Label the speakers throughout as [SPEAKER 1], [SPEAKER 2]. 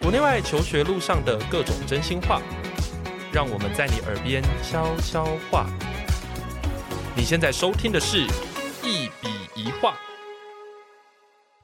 [SPEAKER 1] 国内外求学路上的各种真心话，让我们在你耳边悄悄话。你现在收听的是《一笔一画》。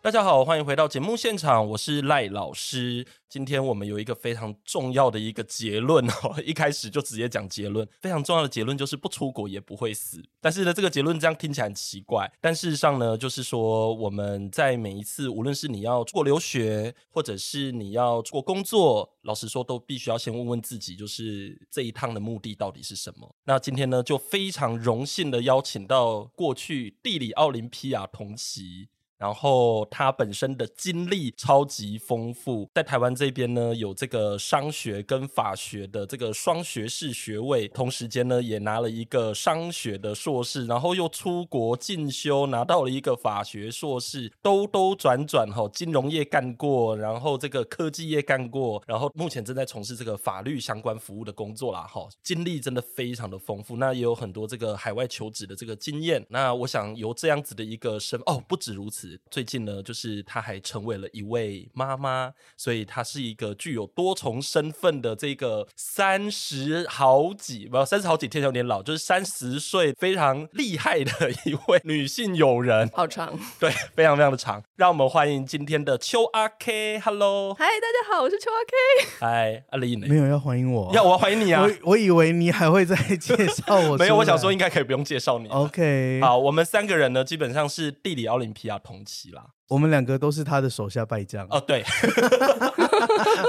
[SPEAKER 1] 大家好，欢迎回到节目现场，我是赖老师。今天我们有一个非常重要的一个结论 哦，一开始就直接讲结论。非常重要的结论就是不出国也不会死。但是呢，这个结论这样听起来很奇怪，但事实上呢，就是说我们在每一次，无论是你要出国留学，或者是你要出国工作，老实说，都必须要先问问自己，就是这一趟的目的到底是什么。那今天呢，就非常荣幸的邀请到过去地理奥林匹亚同期然后他本身的经历超级丰富，在台湾这边呢有这个商学跟法学的这个双学士学位，同时间呢也拿了一个商学的硕士，然后又出国进修拿到了一个法学硕士，兜兜转转哈、金融业干过，然后这个科技业干过，然后目前正在从事这个法律相关服务的工作啦哈、经历真的非常的丰富，那也有很多这个海外求职的这个经验，那我想由这样子的一个身哦，不止如此。最近呢，就是她还成为了一位妈妈，所以她是一个具有多重身份的这个三十好几，不三十好几天有点老，就是三十岁非常厉害的一位女性友人，
[SPEAKER 2] 好长。
[SPEAKER 1] 对，非常非常的长。让我们欢迎今天的邱阿 K，Hello，
[SPEAKER 2] 嗨，大家好，我是邱阿 K。
[SPEAKER 1] 嗨，阿丽
[SPEAKER 3] 没
[SPEAKER 1] 呢？
[SPEAKER 3] 有要欢迎我，
[SPEAKER 1] 要我要欢迎你啊！
[SPEAKER 3] 我我以为你还会再介绍我出来，
[SPEAKER 1] 没有，我想说应该可以不用介绍你。
[SPEAKER 3] OK，
[SPEAKER 1] 好，我们三个人呢，基本上是地理奥林匹亚同期啦。
[SPEAKER 3] 我们两个都是他的手下败将。
[SPEAKER 1] 哦，对，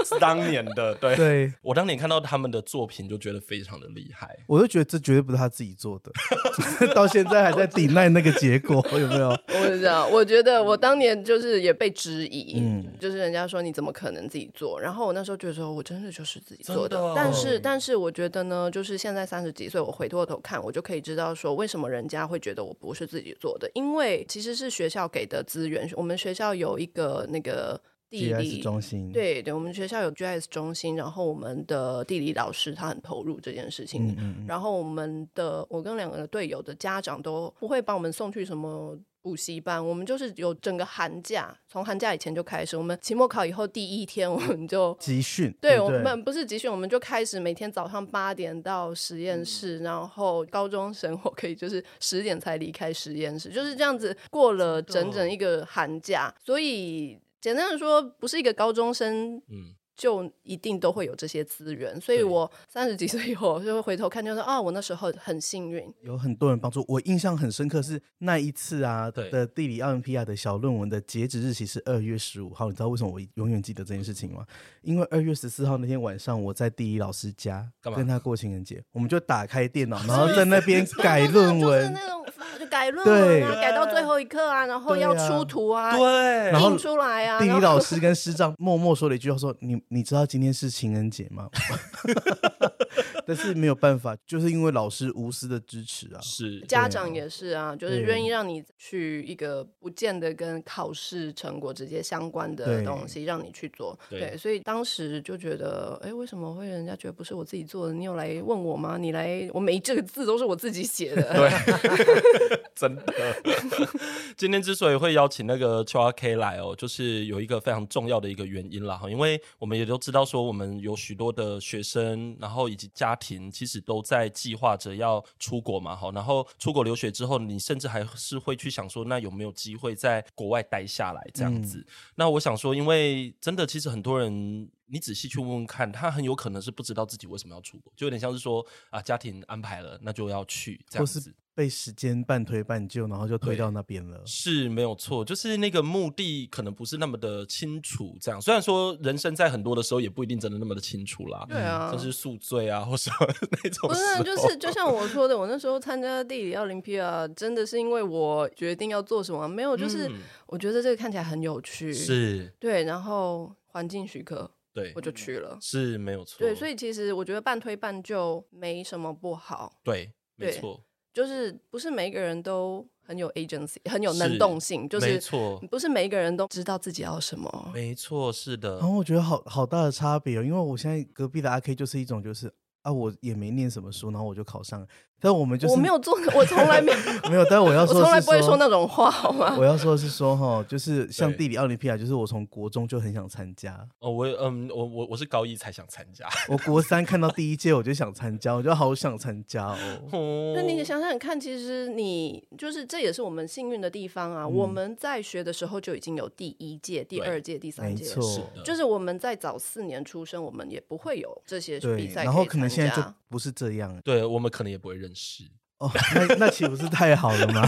[SPEAKER 1] 是当年的，对，
[SPEAKER 3] 对，
[SPEAKER 1] 我当年看到他们的作品就觉得非常的厉害。
[SPEAKER 3] 我就觉得这绝对不是他自己做的， 到现在还在抵赖那个结果，有没有？
[SPEAKER 2] 我就这样，我觉得我当年就是也被质疑，就是人家说你怎么可能自己做？然后我那时候觉得说，我真的就是自己做的。
[SPEAKER 1] 真的哦
[SPEAKER 2] 但是，但是我觉得呢，就是现在三十几岁，我回过头看，我就可以知道说，为什么人家会觉得我不是自己做的，因为其实是学校给的资源。我们学校有一个那个地
[SPEAKER 3] GS
[SPEAKER 2] 理
[SPEAKER 3] 中心，，
[SPEAKER 2] 对对，我们学校有 GIS 中心，然后我们的地理老师他很投入这件事情，然后我们的我跟两个队友的家长都不会把我们送去什么。补习班，我们就是有整个寒假，从寒假以前就开始。我们期末考以后第一天，我们就
[SPEAKER 3] 集训，
[SPEAKER 2] 对
[SPEAKER 3] 不
[SPEAKER 2] 我们不是集训，我们就开始每天早上八点到实
[SPEAKER 3] 嗯
[SPEAKER 2] 验室，然后高中生活可以就是十点才离开实验室，就是这样子过了整整一个寒假。所以简单的说，不是一个高中生
[SPEAKER 1] 嗯，
[SPEAKER 2] 就一定都会有这些资源。所以
[SPEAKER 1] 对
[SPEAKER 2] 我三十几岁以后就会回头看，就说啊，我那时候很幸运。
[SPEAKER 3] 有很多人帮助我，印象很深刻是那一次啊
[SPEAKER 1] 对
[SPEAKER 3] 的地理奥林匹亚的小论文的截止日期是二月十五号，你知道为什么我永远记得这件事情
[SPEAKER 1] 嗯
[SPEAKER 3] 吗？因为二月十四号那天晚上我在地理老师家
[SPEAKER 1] 干嘛啊
[SPEAKER 3] 跟他过情人节，我们就打开电脑，然后在那边改论
[SPEAKER 2] 就是
[SPEAKER 3] 文，
[SPEAKER 2] 那种就改论文啊，
[SPEAKER 3] 对
[SPEAKER 2] 改到最后一刻啊，然后
[SPEAKER 3] 对
[SPEAKER 2] 要
[SPEAKER 3] 啊
[SPEAKER 2] 出图啊，
[SPEAKER 1] 对，
[SPEAKER 3] 然后
[SPEAKER 2] 印出来啊，
[SPEAKER 3] 地
[SPEAKER 2] 然
[SPEAKER 3] 理
[SPEAKER 2] 后
[SPEAKER 3] 老师跟师长默默说了一句话说：“你你知道今天是情人节吗？” 但是没有办法，就是因为老师无私的支持啊，
[SPEAKER 1] 是
[SPEAKER 2] 家长也是啊，就是
[SPEAKER 3] 对
[SPEAKER 2] 愿意让你去一个不见得跟考试成果直接相关的
[SPEAKER 3] 对
[SPEAKER 2] 东西，让你去做。
[SPEAKER 1] 对
[SPEAKER 2] 所以当时就觉得，哎，为什么会人家觉得不是我自己做的？你有来问我吗？你来，我每一这个字都是我自己写的。
[SPEAKER 1] 对， 真的。今天之所以会邀请那个邱阿 K 来哦，就是有一个非常重要的一个原因啦，哈，因为我们也都知道说，我们有许多的学生，然后以及家庭，其实都在计划着要出国嘛，哈，然后出国留学之后，你甚至还是会去想说，那有没有机会在国外待下来这样子？
[SPEAKER 3] 嗯
[SPEAKER 1] 那我想说，因为真的，其实很多人。你仔细去问问看，他很有可能是不知道自己为什么要出国，就有点像是说啊，家庭安排了，那就要去这样
[SPEAKER 3] 或
[SPEAKER 1] 子。
[SPEAKER 3] 是被时间半推半就，然后就推
[SPEAKER 1] 对
[SPEAKER 3] 到那边了。
[SPEAKER 1] 是没有错，就是那个目的可能不是那么的清楚。这样，虽然说人生在很多的时候也不一定真的那么的清楚啦，
[SPEAKER 2] 对 啊
[SPEAKER 1] 像是宿醉啊或什么 那种
[SPEAKER 2] 不是
[SPEAKER 1] 时
[SPEAKER 2] 啊，
[SPEAKER 1] 候，
[SPEAKER 2] 就是就像我说的，我那时候参加地理奥林匹亚，真的是因为我决定要做什么，没有，就是
[SPEAKER 1] 嗯
[SPEAKER 2] 我觉得这个看起来很有趣，
[SPEAKER 1] 是，
[SPEAKER 2] 对，然后环境许可，
[SPEAKER 1] 对
[SPEAKER 2] 我，就去了。
[SPEAKER 1] 是没有错，
[SPEAKER 3] 哦
[SPEAKER 2] 对，所
[SPEAKER 1] 以
[SPEAKER 2] 以其实我觉得半推半就没什么不好，
[SPEAKER 1] 对，没
[SPEAKER 2] 对
[SPEAKER 1] 错，
[SPEAKER 2] 就是不是每一个人都很有 agency，很有能
[SPEAKER 1] 是
[SPEAKER 2] 动性，就
[SPEAKER 1] 没
[SPEAKER 2] 是
[SPEAKER 1] 错，
[SPEAKER 2] 不是每一个人都知道自己要什么。
[SPEAKER 1] 没错，是的
[SPEAKER 2] 嗯
[SPEAKER 3] 哦然，后我觉得好好大的差别哦，因为我现在隔壁的阿 K 就是一种就是啊，我也没念什么书，然后我就考上了。但我们就是
[SPEAKER 2] 我没有做，我从来没有，
[SPEAKER 3] 没有，但我 要
[SPEAKER 2] 我
[SPEAKER 3] 说，
[SPEAKER 2] 从来不会说。那种话，好吗？
[SPEAKER 3] 我要说的是说哈，就是像
[SPEAKER 1] 对
[SPEAKER 3] 地理奥林匹亚，就是我从国中就很想参加，
[SPEAKER 1] 哦，我嗯，我我我是高一才想参加。
[SPEAKER 3] 我国三看到第一届我就想参加，我就好想参 加哦。
[SPEAKER 1] 哦
[SPEAKER 2] 那你想想看，其实你就是这也是我们幸运的地方啊！
[SPEAKER 3] 嗯
[SPEAKER 2] 我们在学的时候就已经有第一届、第
[SPEAKER 1] 对
[SPEAKER 2] 二届、第三
[SPEAKER 3] 没
[SPEAKER 2] 届了，
[SPEAKER 1] 哦
[SPEAKER 3] 错，
[SPEAKER 2] 就是我们在早四年出生，我们也不会有这些比
[SPEAKER 3] 对，
[SPEAKER 2] 赛以参加。
[SPEAKER 3] 然后可能现在就不是这样
[SPEAKER 1] 对我们可能也不会认识。
[SPEAKER 3] 哦，那那岂不是太好了 吗？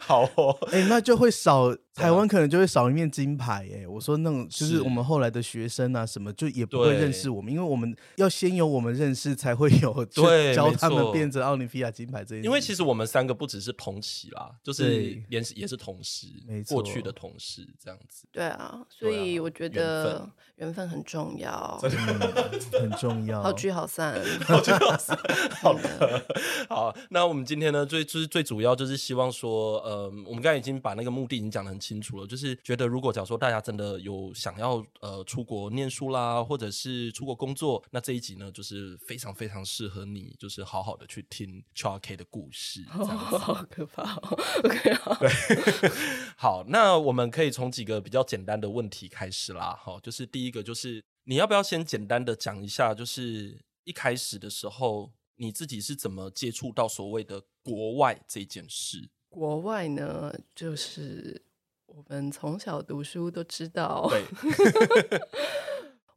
[SPEAKER 1] 好哦，啊
[SPEAKER 3] 哎、那就会 少台湾可能就会少一面金牌哎、我说那种就是
[SPEAKER 1] 是
[SPEAKER 3] 我们后来的学生啊，什么就也不会
[SPEAKER 1] 对
[SPEAKER 3] 认识我们，因为我们要先有我们认识，才会有去
[SPEAKER 1] 对
[SPEAKER 3] 教
[SPEAKER 1] 没
[SPEAKER 3] 他们
[SPEAKER 1] 错
[SPEAKER 3] 变成奥林匹亚金牌这一。
[SPEAKER 1] 因为其实我们三个不只是同期啦，就是
[SPEAKER 3] 对
[SPEAKER 1] 也是也是同事
[SPEAKER 3] 没，错
[SPEAKER 1] 过去的同事这样子。
[SPEAKER 2] 对啊，所
[SPEAKER 1] 对啊
[SPEAKER 2] 以我觉
[SPEAKER 1] 缘
[SPEAKER 2] 得
[SPEAKER 1] 分
[SPEAKER 2] 缘分很重要，
[SPEAKER 3] 很重要。
[SPEAKER 2] 好聚 好散。
[SPEAKER 1] 好的， 好，那我们今天呢，最就是最主要就是希望说，呃，我们刚才已经把那个目的已经讲得很清楚了，就是觉得如果假如说大家真的有想要呃出国念书啦，或者是出国工作，那这一集呢，就是非常非常适合你，就是好好的去听 c h a r K 的故事，这样子。
[SPEAKER 2] 好可怕、哦、！OK，好，
[SPEAKER 1] 好，那我们可以从几个比较简单的问题开始啦。好，就是第一个就是你要不要先简单的讲一下，就是一开始的时候你自己是怎么接触到所谓的国外这件事？
[SPEAKER 2] 国外呢，就是我们从小读书都知道，
[SPEAKER 1] 对，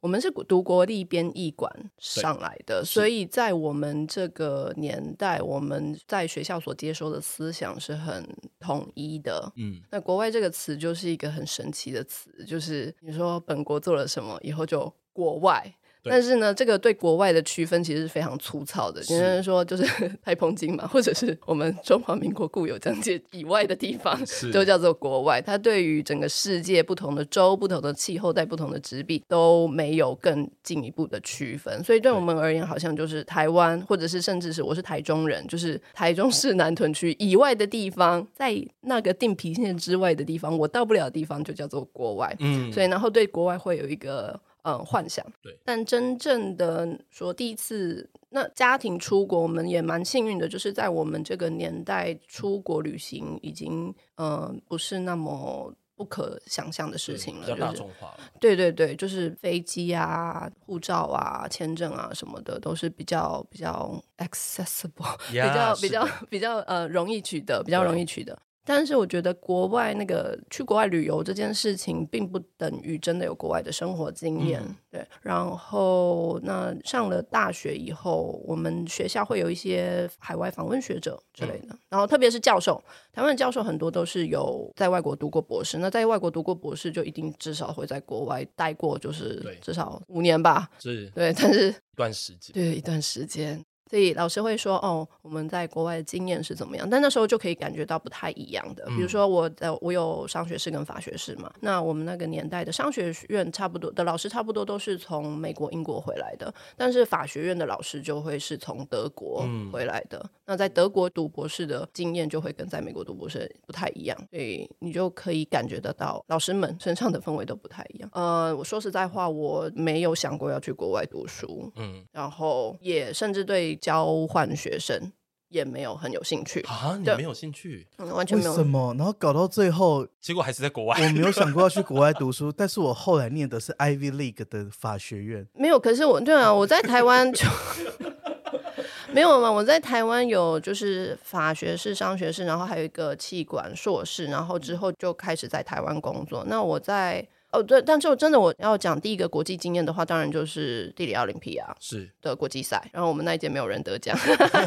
[SPEAKER 2] 我们是读国立编译馆上来的，所以在我们这个年代，我们在学校所接收的思想是很统一的。
[SPEAKER 1] 嗯，
[SPEAKER 2] 那国外这个词就是一个很神奇的词，就是你说本国做了什么，以后就国外。
[SPEAKER 1] 对
[SPEAKER 2] 但是呢，这个对国外的区分其实是非常粗糙的，
[SPEAKER 1] 是
[SPEAKER 2] 简单说就是 太抨击嘛，或者是我们中华民国固有疆界以外的地方，
[SPEAKER 1] 是
[SPEAKER 2] 都叫做国外。它对于整个世界不同的州、不同的气候带、不同的纸币都没有更进一步的区分，所以对我们而言，好像就是台湾，或者是甚至是我是台中人，就是台中市南屯区以外的地方，在那个定皮线之外的地方，我到不了的地方就叫做国外。
[SPEAKER 1] 嗯，
[SPEAKER 2] 所以然后对国外会有一个嗯幻想。
[SPEAKER 1] 对，
[SPEAKER 2] 但真正的说第一次。那家庭出国，我们也蛮幸运的，就是在我们这个年代，
[SPEAKER 1] 嗯
[SPEAKER 2] 出国旅行已经呃不是那么不可想象的事情了，
[SPEAKER 1] 比较大
[SPEAKER 2] 就是
[SPEAKER 1] 众化了。
[SPEAKER 2] 对对对，就是飞机啊、护照啊、签证啊什么的，都是比较比较 accessible，比较
[SPEAKER 1] Yeah，
[SPEAKER 2] 比较
[SPEAKER 1] 是的
[SPEAKER 2] 比较呃容易取得，比较
[SPEAKER 1] 对啊
[SPEAKER 2] 容易取得。但是我觉得国外那个去国外旅游这件事情，并不等于真的有国外的生活经验。
[SPEAKER 1] 嗯
[SPEAKER 2] 对，然后那上了大学以后，我们学校会有一些海外访问学者之类的，
[SPEAKER 1] 嗯
[SPEAKER 2] 然后特别是教授，台湾的教授很多都是有在外国读过博士，那在外国读过博士就一定至少会在国外待过，就是
[SPEAKER 1] 对
[SPEAKER 2] 至少五年吧。
[SPEAKER 1] 是一
[SPEAKER 2] 对，但是
[SPEAKER 1] 段时间。
[SPEAKER 2] 对一段时间，所以老师会说哦，我们在国外的经验是怎么样？但那时候就可以感觉到不太一样的。比如
[SPEAKER 1] 嗯
[SPEAKER 2] 说我的我有商学士跟法学士嘛，那我们那个年代的商学院差不多的老师差不多都是从美国、英国回来的，但是法学院的老师就会是从德国
[SPEAKER 1] 嗯
[SPEAKER 2] 回来的。那在德国读博士的经验就会跟在美国读博士不太一样，所以你就可以感觉得到老师们身上的氛围都不太一样。呃，我说实在话，我没有想过要去国外读书，
[SPEAKER 1] 嗯
[SPEAKER 2] 然后也甚至对交换学生也没有很有兴趣，
[SPEAKER 1] 啊，你
[SPEAKER 2] 对
[SPEAKER 1] 没有兴趣，
[SPEAKER 2] 嗯完全
[SPEAKER 3] 为
[SPEAKER 2] 没
[SPEAKER 3] 什
[SPEAKER 2] 有。
[SPEAKER 3] 么？然后搞到最后，
[SPEAKER 1] 结果还是在国外。
[SPEAKER 3] 我没有想过要去国外读书，但是我后来念的是 Ivy League 的法学院。
[SPEAKER 2] 没有，可是我对啊，我在台湾就 没有啊嘛。我在台湾有就是法学士、商学士，然后还有一个气管硕士，然后
[SPEAKER 3] 嗯
[SPEAKER 2] 之后就开始在台湾工作。那我在哦对，但是我真的我要讲第一个国际经验的话，当然就是地理奥林匹亚
[SPEAKER 1] 是
[SPEAKER 2] 的国际赛，然后我们那一届没有人得奖。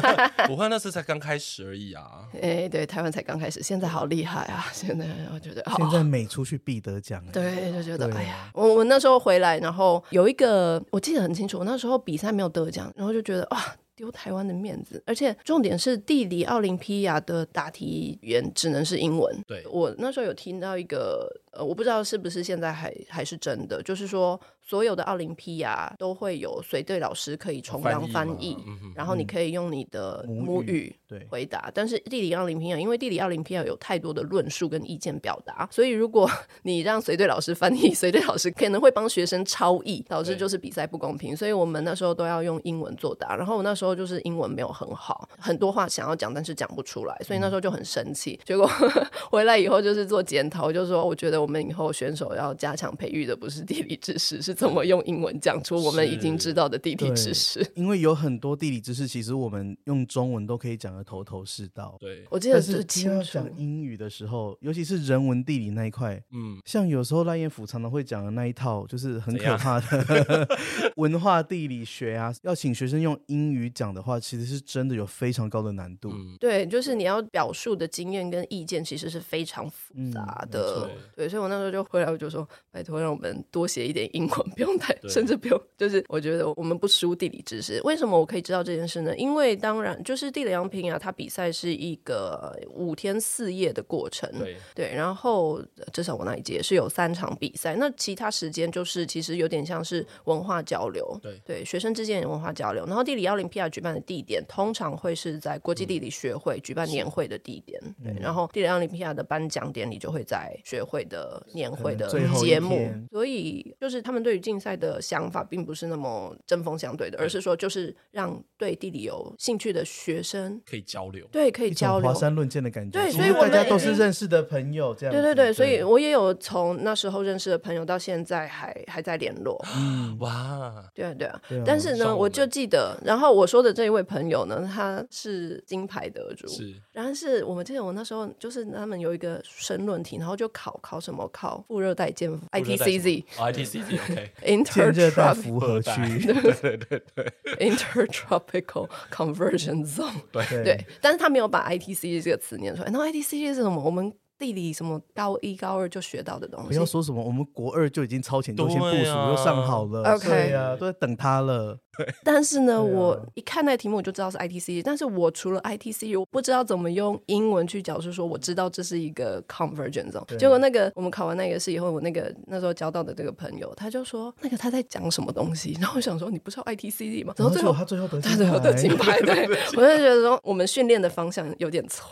[SPEAKER 1] 不会，那是才刚开始而已啊。
[SPEAKER 2] 哎，对，台湾才刚开始，现在好厉害啊！现在我觉得好。
[SPEAKER 3] 现在每出去必得奖、欸，
[SPEAKER 2] 哦对，就觉得
[SPEAKER 3] 对啊
[SPEAKER 2] 哎呀，我我那时候回来，然后有一个我记得很清楚，我那时候比赛没有得奖，然后就觉得哇。丢台湾的面子，而且重点是地理奥林匹亚的答题语言只能是英文。
[SPEAKER 1] 对
[SPEAKER 2] 我那时候有听到一个，呃，我不知道是不是现在还还是真的，就是说所有的奥林匹亚都会有随队老师可以充当翻译，
[SPEAKER 1] 嗯哼
[SPEAKER 2] 然后你可以用你的母
[SPEAKER 3] 母
[SPEAKER 2] 语
[SPEAKER 3] 对
[SPEAKER 2] 回答。但是地理奥林匹亚，因为地理奥林匹亚有太多的论述跟意见表达，所以如果 你让随队老师翻译，随队老师可能会帮学生超译，导致
[SPEAKER 1] 对
[SPEAKER 2] 就是比赛不公平。所以我们那时候都要用英文作答，然后我那时候就是英文没有很好，很多话想要讲，但是讲不出来，所以那时候就很生
[SPEAKER 3] 嗯
[SPEAKER 2] 气。结果 回来以后就是做检讨，就说哦我觉得我们以后选手要加强培育的不是地理知识，是怎么用英文讲出我们已经知道的地理知识。
[SPEAKER 3] 因为有很多地理知识，其实我们用中文都可以讲得头头是道。
[SPEAKER 1] 对，
[SPEAKER 2] 我记得
[SPEAKER 3] 但
[SPEAKER 2] 最
[SPEAKER 3] 是今天
[SPEAKER 2] 清
[SPEAKER 3] 要
[SPEAKER 2] 楚，
[SPEAKER 3] 讲英语的时候，尤其是人文地理那一块，
[SPEAKER 1] 嗯，
[SPEAKER 3] 像有时候赖彦甫常常会讲的那一套，就是很
[SPEAKER 1] 怎
[SPEAKER 3] 可
[SPEAKER 1] 样
[SPEAKER 3] 怕 的文化地理学啊。要请学生用英语讲的话，其实是真的有非常高的难度。
[SPEAKER 1] 嗯
[SPEAKER 2] 对，就是你要表述的经验跟意见其实是非常复杂
[SPEAKER 3] 嗯没
[SPEAKER 2] 的。
[SPEAKER 1] 错
[SPEAKER 2] 对，所以我那时候就回来，我就说，拜托让我们多写一点英文，不用太，
[SPEAKER 1] 对
[SPEAKER 2] 甚至不用，就是我觉得我们不输地理知识。为什么我可以知道这件事呢？因为当然就是地理洋平啊，它比赛是一个五天四夜的过程。
[SPEAKER 1] 对，
[SPEAKER 2] 对，然后呃至少我那一届是有三场比赛，那其他时间就是其实有点像是文化交流，
[SPEAKER 1] 对
[SPEAKER 2] 学生之间的文化交流。然后地理奥林匹亚举办的地点通常会是在国际地理学会举
[SPEAKER 3] 嗯
[SPEAKER 2] 办年会的地点，对。然后地理奥林匹亚的颁奖典礼就会在学会的年会的
[SPEAKER 3] 可能最后一
[SPEAKER 2] 节目
[SPEAKER 3] 天，
[SPEAKER 2] 所以就是他们对于竞赛的想法并不是那么针锋相对的，而是说就是让对地理有兴趣的学生。
[SPEAKER 1] 可以交流，
[SPEAKER 2] 对，可以
[SPEAKER 3] 一种
[SPEAKER 2] 交流。
[SPEAKER 3] 华山论剑的感觉，
[SPEAKER 2] 对
[SPEAKER 3] 其
[SPEAKER 2] 所以
[SPEAKER 3] 实
[SPEAKER 2] 我
[SPEAKER 3] 大家
[SPEAKER 2] 们
[SPEAKER 3] 都
[SPEAKER 2] 已
[SPEAKER 3] 是
[SPEAKER 2] 经
[SPEAKER 3] 认识的朋友，这样
[SPEAKER 2] 对对
[SPEAKER 3] 子
[SPEAKER 2] 对，所以我也有从那时候认识的朋友，到现在还还在联络。
[SPEAKER 3] 嗯，
[SPEAKER 1] 哇，
[SPEAKER 2] 对啊对啊，
[SPEAKER 3] 对啊
[SPEAKER 2] 但是
[SPEAKER 1] 像我
[SPEAKER 2] 呢，
[SPEAKER 1] 们
[SPEAKER 2] 我就记得，然后我说的这一位朋友呢，他是金牌得主，
[SPEAKER 1] 是
[SPEAKER 2] 然后是我们记得我那时候就是他们有一个申论题，然后就考考什么考副热带肩
[SPEAKER 1] 不知道在什
[SPEAKER 2] ITCZ
[SPEAKER 1] 么哦，ITCZ，OK，
[SPEAKER 3] 建
[SPEAKER 2] Inter
[SPEAKER 3] 热带
[SPEAKER 2] Tropical
[SPEAKER 3] 符合区，
[SPEAKER 1] 对对对对
[SPEAKER 2] Intertropical Conversion Zone，
[SPEAKER 3] 对
[SPEAKER 2] 对，但是他没有把 ITC 这个词念出来。那 ITC 是什么？我们地理什么高一高二就学到的东
[SPEAKER 3] 不
[SPEAKER 2] 西
[SPEAKER 3] 要。说什么，我们国二就已经超前优先部署，
[SPEAKER 1] 对啊
[SPEAKER 3] 又上好了，
[SPEAKER 2] OK
[SPEAKER 3] 对呀，都在等他了。
[SPEAKER 2] 但是呢，
[SPEAKER 3] 对啊
[SPEAKER 2] 我一看那题目我就知道是 ITC，但是我除了 ITC，我不知道怎么用英文去解释说我知道这是一个 convergence
[SPEAKER 3] 对
[SPEAKER 2] zone。结果那个我们考完那个试以后，我那个那时候交到的这个朋友，他就说那个他在讲什么东西， 然后我想说你不知道 ITC 吗？然
[SPEAKER 3] 然
[SPEAKER 2] 后
[SPEAKER 3] 后
[SPEAKER 2] 最
[SPEAKER 3] 结
[SPEAKER 2] 后
[SPEAKER 3] 果他最后得
[SPEAKER 2] 他最后得金
[SPEAKER 3] 金 牌，
[SPEAKER 2] 牌，对我就觉得说我们训练的方向有点错，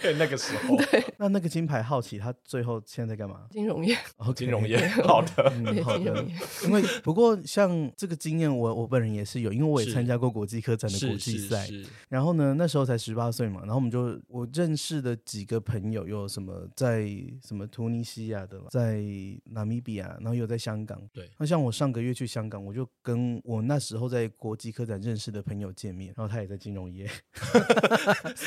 [SPEAKER 1] 对，那个时候
[SPEAKER 3] 那那个金牌好奇他最后现在在 干嘛？
[SPEAKER 2] 金融业，
[SPEAKER 3] 哦，
[SPEAKER 1] 金融 业，好的，
[SPEAKER 3] 嗯，
[SPEAKER 2] 对
[SPEAKER 3] 好
[SPEAKER 2] 金融
[SPEAKER 3] 的
[SPEAKER 2] 业。，
[SPEAKER 3] 因为不过像这个经验我，我本人也是有，因为我也
[SPEAKER 1] 是
[SPEAKER 3] 参加过国际科展的国
[SPEAKER 1] 是
[SPEAKER 3] 际
[SPEAKER 1] 是
[SPEAKER 3] 赛。
[SPEAKER 1] 是，
[SPEAKER 3] 然后呢，那时候才十八岁嘛，然后我们就我认识的几个朋友，有什么在什么突尼西亚的啦，在纳米比亚，然后有在香港。
[SPEAKER 1] 对
[SPEAKER 3] 那像我上个月去香港，我就跟我那时候在国际科展认识的朋友见面，然后他也在金 融业。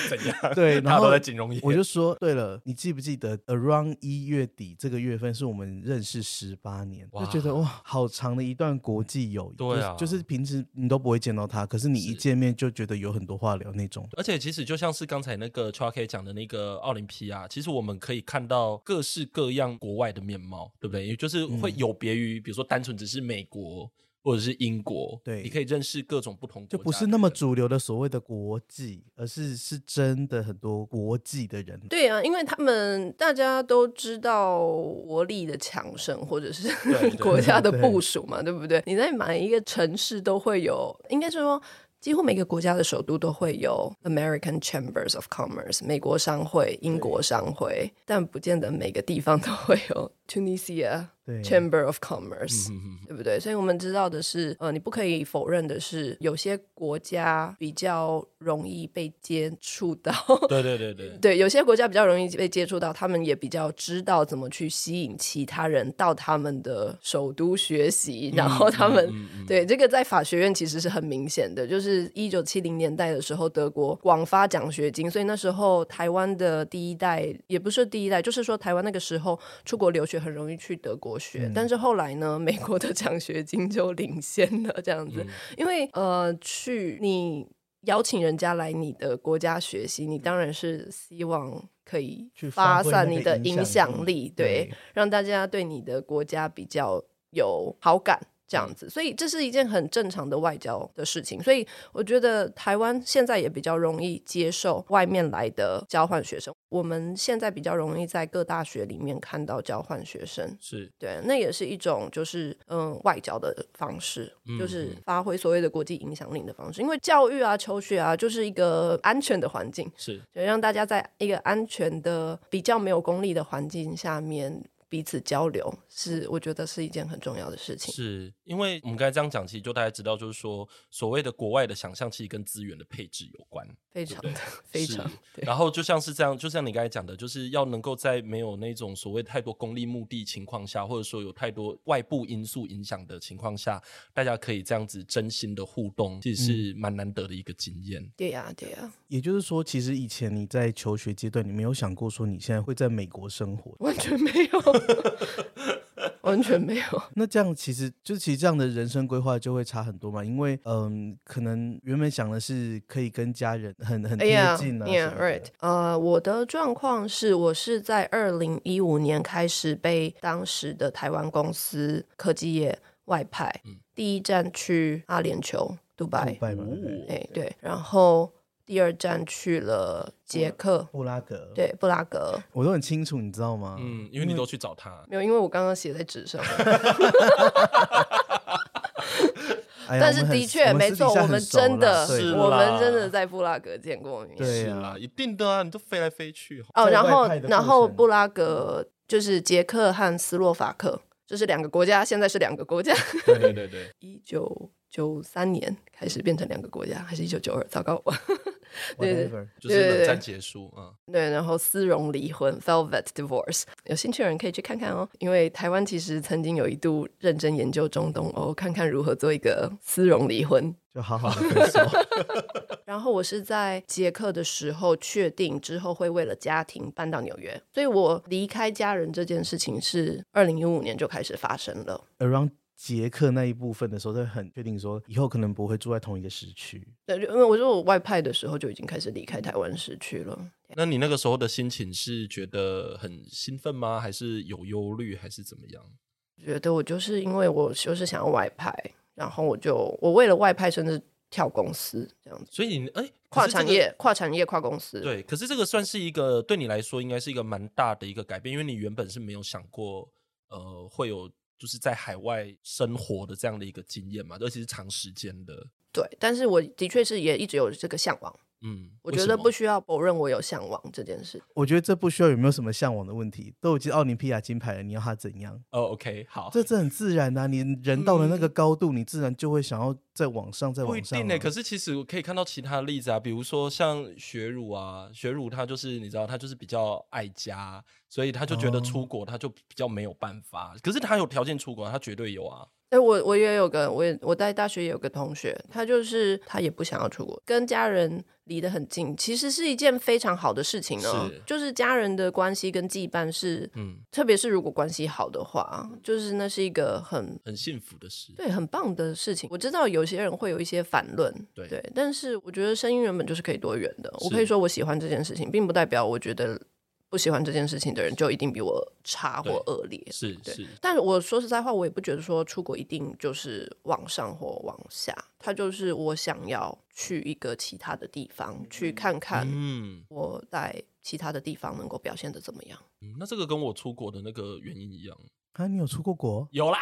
[SPEAKER 1] 怎样？
[SPEAKER 3] 对然
[SPEAKER 1] 大家都
[SPEAKER 3] 后
[SPEAKER 1] 在金融业，
[SPEAKER 3] 我就说，对了，你记不记得 around 一月底这个月份是我们认识十八年，就觉得哇，好长的一段国际友谊，
[SPEAKER 1] 对啊
[SPEAKER 3] 就是，就是平时你都不会见到他，可是你一
[SPEAKER 1] 是
[SPEAKER 3] 见面就觉得有很多话聊那种。
[SPEAKER 1] 而且其实就像是刚才那个 c h a K 讲的那个奥林匹亚，其实我们可以看到各式各样国外的面貌，对不对？也就是
[SPEAKER 3] 嗯
[SPEAKER 1] 会有别于，比如说单纯只是美国或者是英国，
[SPEAKER 3] 对
[SPEAKER 1] 你可以认识各种不同国家的
[SPEAKER 3] 就
[SPEAKER 1] 人，
[SPEAKER 3] 不是那么主流的所谓的国际，而是是真的很多国际的人。
[SPEAKER 2] 对啊，因为他们大家都知道国力的强盛，或者是
[SPEAKER 1] 对对
[SPEAKER 2] 国家的
[SPEAKER 3] 对
[SPEAKER 2] 部署嘛，对不对？你在每一个城市都会有，应该是说。几乎每个国家的首都都会有 American Chambers of Commerce 美国商会、英国商会，但不见得每个地方都会有 Tunisia
[SPEAKER 3] 对，
[SPEAKER 2] Chamber of Commerce。
[SPEAKER 1] 嗯哼哼
[SPEAKER 2] 对不对？所以我们知道的是，呃，你不可以否认的是，有些国家比较容易被接触到，
[SPEAKER 1] 对对对对，
[SPEAKER 2] 对，有些国家比较容易被接触到，他们也比较知道怎么去吸引其他人到他们的首都学习，然后他们、
[SPEAKER 1] 嗯嗯
[SPEAKER 2] 对这个在法学院其实是很明显的，就是一九七零年代的时候，德国广发奖学金，所以那时候台湾的第一代也不是第一代，就是说台湾那个时候出国留学很容易去德国学，
[SPEAKER 3] 嗯
[SPEAKER 2] 但是后来呢，美国的奖学金就领先了这样
[SPEAKER 3] 嗯
[SPEAKER 2] 子，因为呃，去你邀请人家来你的国家学习，你当然是希望可以
[SPEAKER 3] 去
[SPEAKER 2] 发
[SPEAKER 3] 发挥
[SPEAKER 2] 散
[SPEAKER 3] 那
[SPEAKER 2] 你
[SPEAKER 3] 个
[SPEAKER 2] 的
[SPEAKER 3] 影
[SPEAKER 2] 影
[SPEAKER 3] 响
[SPEAKER 2] 响
[SPEAKER 3] 力
[SPEAKER 2] 力，对，
[SPEAKER 3] 对
[SPEAKER 2] 让大家对你的国家比较有好感。这样子，所以这是一件很正常的外交的事情。所以我觉得台湾现在也比较容易接受外面来的交换学生，我们现在比较容易在各大学里面看到交换学生。
[SPEAKER 1] 是
[SPEAKER 2] 对，那也是一种就是嗯外交的方式，就是发挥所谓的国际影响力的方式。因为教育啊、求学啊，就是一个安全的环境，
[SPEAKER 1] 是，
[SPEAKER 2] 就让大家在一个安全的、比较没有功利的环境下面彼此交流，是我觉得是一件很重要的事情。
[SPEAKER 1] 是因为我们刚才这样讲，其实就大家知道，就是说所谓的国外的想象，其实跟资源的配置有关。
[SPEAKER 2] 非常
[SPEAKER 1] 对
[SPEAKER 2] 的
[SPEAKER 1] 不，
[SPEAKER 2] 非
[SPEAKER 1] 是
[SPEAKER 2] 常对，
[SPEAKER 1] 然后就像是这样，就像你刚才讲的，就是要能够在没有那种所谓太多功利目的情况下，或者说有太多外部因素影响的情况下，大家可以这样子真心的互动，其实
[SPEAKER 2] 嗯
[SPEAKER 1] 是蛮难得的一个经验。
[SPEAKER 2] 对呀、对呀、
[SPEAKER 3] 也就是说，其实以前你在求学阶段，你没有想过说你现在会在美国生活。
[SPEAKER 2] 完全没有， 完全没有。
[SPEAKER 3] 那这样其实就其实这样的人生规划就会差很多嘛，因为嗯，可能原本想的是可以跟家人很
[SPEAKER 2] 哎
[SPEAKER 3] 很贴近啊什么
[SPEAKER 2] yeah,
[SPEAKER 3] 的
[SPEAKER 2] right. 呃，我的状况是我是在二零一五年开始被当时的台湾公司科技业外派，
[SPEAKER 3] 嗯
[SPEAKER 2] 第一站去阿联酋，杜拜
[SPEAKER 3] 杜，拜嘛，对不对
[SPEAKER 1] 哦
[SPEAKER 2] 哎对，然后第二站去了捷克，
[SPEAKER 3] 布拉格，，
[SPEAKER 2] 对，布拉格。
[SPEAKER 3] 我都很清楚，你知道吗？
[SPEAKER 1] 嗯，因为你都去找他，
[SPEAKER 2] 没有，因为我刚刚写在纸上，
[SPEAKER 3] 哎呀
[SPEAKER 2] 但
[SPEAKER 3] 我
[SPEAKER 2] 是
[SPEAKER 3] 们很
[SPEAKER 2] 的确
[SPEAKER 3] 我
[SPEAKER 2] 没
[SPEAKER 3] 们私底
[SPEAKER 2] 错，
[SPEAKER 3] 下
[SPEAKER 2] 我
[SPEAKER 3] 很
[SPEAKER 2] 们
[SPEAKER 3] 熟啦
[SPEAKER 2] 真的
[SPEAKER 3] 对
[SPEAKER 1] 是，
[SPEAKER 2] 我
[SPEAKER 1] 啦
[SPEAKER 2] 们真的在布拉格见过面。
[SPEAKER 3] 对
[SPEAKER 1] 是
[SPEAKER 3] 啊
[SPEAKER 1] 啦，，一定的啊，你都飞来飞去，
[SPEAKER 2] 哦，
[SPEAKER 3] 在
[SPEAKER 2] 然
[SPEAKER 3] 外
[SPEAKER 2] 后
[SPEAKER 3] 派的
[SPEAKER 2] 然
[SPEAKER 3] 过
[SPEAKER 2] 后
[SPEAKER 3] 程
[SPEAKER 2] 布拉格就是捷克和斯洛伐克，这是两个国家，现在是两个国家。
[SPEAKER 1] 对对对对，
[SPEAKER 2] 一九九三年开始变成两个国家，还是一九九二？糟糕，我对对
[SPEAKER 3] whatever
[SPEAKER 1] 就是冷战
[SPEAKER 2] 对对对
[SPEAKER 1] 结束啊，
[SPEAKER 2] 对，然后丝绒离婚 （Velvet Divorce），有兴趣的人可以去看看哦。因为台湾其实曾经有一度认真研究中东欧，看看如何做一个丝绒离婚。
[SPEAKER 3] 就好好的分手。
[SPEAKER 2] 然后我是在捷克的时候确定之后会为了家庭搬到纽约，所以我离开家人这件事情是二零一五年就开始发生了。
[SPEAKER 3] around 捷克那一部分的时候，都很确定说以后可能不会住在同一个时区。
[SPEAKER 2] 对，就因为我说我外派的时候就已经开始离开台湾市区了。
[SPEAKER 1] 那你那个时候的心情是觉得很兴奋吗？还是有忧虑，还是怎么样？
[SPEAKER 2] 觉得我就是因为我就是想要外派，然后我就我为了外派甚至跳公司这样子，
[SPEAKER 1] 所以你哎，可是
[SPEAKER 2] 跨产
[SPEAKER 1] 这个
[SPEAKER 2] 业、跨产业、跨公司。
[SPEAKER 1] 对，可是这个算是一个对你来说应该是一个蛮大的一个改变，因为你原本是没有想过，呃，会有就是在海外生活的这样的一个经验嘛，尤其是长时间的。
[SPEAKER 2] 对，但是我的确是也一直有这个向往，
[SPEAKER 1] 嗯，
[SPEAKER 2] 我
[SPEAKER 1] 为
[SPEAKER 2] 觉
[SPEAKER 1] 什
[SPEAKER 2] 得
[SPEAKER 1] 么
[SPEAKER 2] 不需要否认我有向往这件事。
[SPEAKER 3] 我觉得这不需要有没有什么向往的问题，都已经奥林匹亚金牌了，你要他怎样？
[SPEAKER 1] 哦，OK，好，
[SPEAKER 3] 这这很自然的、啊，你人到了那个高度，你自然就会想要再往上，再
[SPEAKER 1] 不一
[SPEAKER 3] 往上、
[SPEAKER 1] 定
[SPEAKER 3] 啊。
[SPEAKER 1] 呢、可是其实我可以看到其他的例子啊，比如说像学儒啊，学儒他就是你知道，他就是比较爱家，所以他就觉得
[SPEAKER 3] 哦
[SPEAKER 1] 出国他就比较没有办法。可是他有条件出国啊，他绝对有啊。
[SPEAKER 2] 哎，我我也有个，我也我在大学也有个同学，他就是他也不想要出国，跟家人离得很近，其实是一件非常好的事情呢
[SPEAKER 1] 是。
[SPEAKER 2] 就是家人的关系跟羁绊是，
[SPEAKER 1] 嗯，
[SPEAKER 2] 特别是如果关系好的话，就是那是一个很
[SPEAKER 1] 很幸福的事。
[SPEAKER 2] 对很棒的事情。我知道有些人会有一些反论，
[SPEAKER 1] 对
[SPEAKER 2] 但是我觉得声音原本就是可以多元的。我
[SPEAKER 1] 是
[SPEAKER 2] 可以说我喜欢这件事情，并不代表我觉得不喜欢这件事情的人就一定比我差或恶劣。
[SPEAKER 1] 是
[SPEAKER 2] 对
[SPEAKER 1] 是，
[SPEAKER 2] 但是我说实在话，我也不觉得说出国一定就是往上或往下，它就是我想要去一个其他的地方去看看
[SPEAKER 1] 嗯。
[SPEAKER 2] 我在其他的地方能够表现的怎么样。
[SPEAKER 1] 嗯，那这个跟我出国的那个原因一样，
[SPEAKER 3] 啊，你有出过国？
[SPEAKER 1] 有啦。